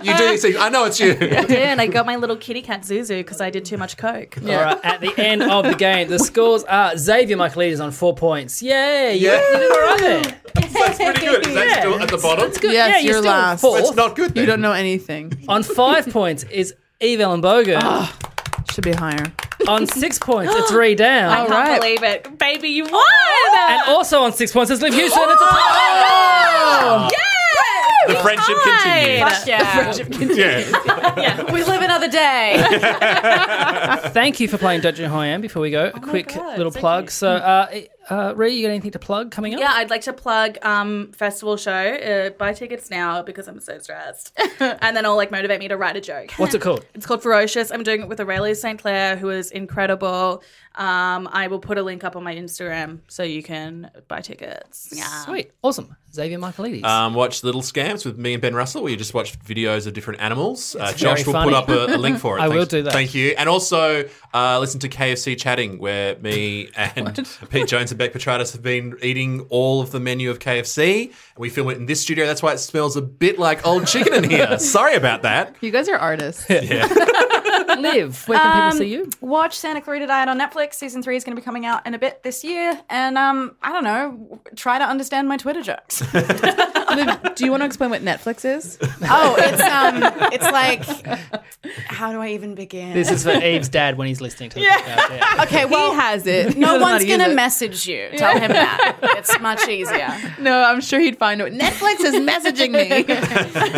[SPEAKER 5] you do these things. I know it's you.
[SPEAKER 4] I did, and I got my little kitty cat Zuzu because I did too much coke.
[SPEAKER 3] All right, at the end of the game, the scores are Xavier Michaelides on four points. Yay! you-
[SPEAKER 5] Yeah.
[SPEAKER 3] You did all right there.
[SPEAKER 5] That's pretty good. Is that still at the bottom?
[SPEAKER 3] That's good.
[SPEAKER 6] Yes,
[SPEAKER 3] yeah, you're
[SPEAKER 6] you're
[SPEAKER 3] still
[SPEAKER 6] last.
[SPEAKER 3] fourth.
[SPEAKER 6] It's
[SPEAKER 5] not good.
[SPEAKER 6] You don't know anything.
[SPEAKER 4] [LAUGHS]
[SPEAKER 3] On five points is Eve Ellen Bogan.
[SPEAKER 4] Ah.
[SPEAKER 6] Should be higher.
[SPEAKER 3] On six points,
[SPEAKER 4] [GASPS]
[SPEAKER 3] it's Ree Down.
[SPEAKER 4] I can't believe it, baby. You won.
[SPEAKER 3] And also on six points is Liv Houston.
[SPEAKER 4] [GASPS]
[SPEAKER 3] It's a
[SPEAKER 4] Oh!
[SPEAKER 5] The friendship continues.
[SPEAKER 4] Fuck yeah. The friendship
[SPEAKER 5] Yeah.
[SPEAKER 4] we live another day.
[SPEAKER 3] Thank you for playing Dojo High Am. Before we go,
[SPEAKER 4] Oh
[SPEAKER 3] a quick little plug. So, uh, uh, Ree, you got anything to plug coming up?
[SPEAKER 4] Yeah, I'd like to plug um festival show. Uh, buy tickets now because I'm so stressed, [LAUGHS] and then it'll like motivate me to write a joke.
[SPEAKER 3] What's it called?
[SPEAKER 4] It's called Ferocious. I'm doing it with Aurelia St. Clair, who is incredible. Um, I will put a link up on my Instagram so you can buy tickets. Yeah.
[SPEAKER 3] Sweet, awesome. Xavier Michaelides.
[SPEAKER 5] Um, watch Little Scamps with me and Ben Russell, where you just watch videos of different animals. Uh,
[SPEAKER 3] It's
[SPEAKER 5] Josh
[SPEAKER 3] very
[SPEAKER 5] will
[SPEAKER 3] funny.
[SPEAKER 5] put up a, a link for
[SPEAKER 3] [LAUGHS]
[SPEAKER 5] it.
[SPEAKER 3] I
[SPEAKER 5] Thanks-
[SPEAKER 3] will do that.
[SPEAKER 5] Thank you. And also uh, listen to KFC Chatting, where me
[SPEAKER 3] [LAUGHS]
[SPEAKER 5] and Pete Jones and Beck Petratus have been eating all of the menu of KFC. We film it in this studio. That's why it smells a bit like old chicken
[SPEAKER 3] [LAUGHS]
[SPEAKER 5] in here. Sorry about that.
[SPEAKER 6] You guys are artists.
[SPEAKER 3] Liv, where can
[SPEAKER 7] Um,
[SPEAKER 3] people see you?
[SPEAKER 7] Watch Santa Clarita Diet on Netflix. Season three is going to be coming out in a bit this year. And um, I don't know, try to understand my Twitter
[SPEAKER 6] [LAUGHS]
[SPEAKER 7] jokes.
[SPEAKER 6] Liv, do you want to explain what Netflix is?
[SPEAKER 7] [LAUGHS] oh, it's um, it's
[SPEAKER 6] [LAUGHS]
[SPEAKER 7] like, how do I even begin?
[SPEAKER 3] This is for Eve's dad when he's listening to the podcast. Yeah.
[SPEAKER 7] okay. Well,
[SPEAKER 6] he has it.
[SPEAKER 7] no
[SPEAKER 6] He doesn't know how
[SPEAKER 7] one's
[SPEAKER 6] to use
[SPEAKER 7] gonna
[SPEAKER 6] it.
[SPEAKER 7] message you. Tell him
[SPEAKER 6] [LAUGHS]
[SPEAKER 7] that. It's much easier.
[SPEAKER 6] No, I'm sure he'd find it. Netflix is
[SPEAKER 7] [LAUGHS]
[SPEAKER 6] messaging me.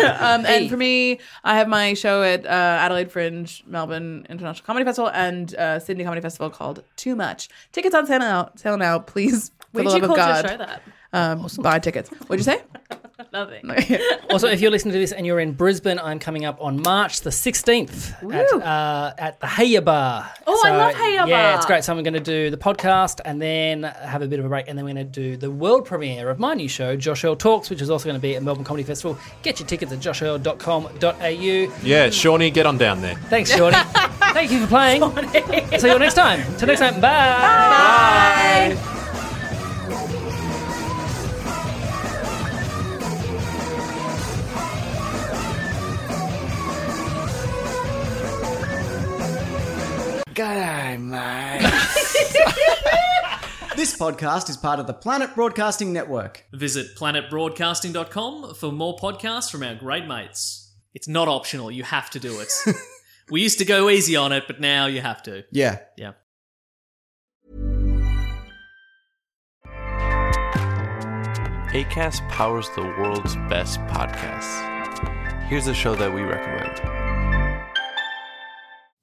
[SPEAKER 6] um, and for me, I have my show at uh, Adelaide Fringe, Melbourne International Comedy Festival, and uh, Sydney Comedy Festival called Too Much. Tickets on sale now. Sale now, please. For
[SPEAKER 4] Where
[SPEAKER 6] the
[SPEAKER 4] did you
[SPEAKER 6] love
[SPEAKER 4] call
[SPEAKER 6] of God,
[SPEAKER 4] your show that?
[SPEAKER 6] Um, buy tickets. What'd
[SPEAKER 7] [LAUGHS]
[SPEAKER 6] you say? [LAUGHS]
[SPEAKER 4] Nothing.
[SPEAKER 3] also, if you're listening to this and you're in Brisbane, I'm coming up on March the 16th at, uh, at the Heya Bar.
[SPEAKER 4] Oh, I love Heya
[SPEAKER 3] Yeah,
[SPEAKER 4] Bar.
[SPEAKER 3] it's great. So I'm going to do the podcast and then have a bit of a break, and then we're going to do the world premiere of my new show, Josh Earl Talks, which is also going to be at Melbourne Comedy Festival. Get your tickets at joshearl.com.au.
[SPEAKER 5] Yeah, Shawnee, get on down there.
[SPEAKER 3] Thanks,
[SPEAKER 4] [LAUGHS]
[SPEAKER 3] Shawnee. Thank you for playing. See you next time. Till next time. Bye. Bye.
[SPEAKER 9] Bye.
[SPEAKER 12] G'day, mate. this podcast is part of the Planet Broadcasting Network.
[SPEAKER 4] Visit planetbroadcasting.com for more podcasts from our great mates. It's not optional, you have to
[SPEAKER 3] [LAUGHS]
[SPEAKER 4] do it. we used to go easy on it, but now you have to.
[SPEAKER 12] Yeah.
[SPEAKER 4] Yeah.
[SPEAKER 5] ACAST powers the world's best podcasts. Here's a show that we recommend.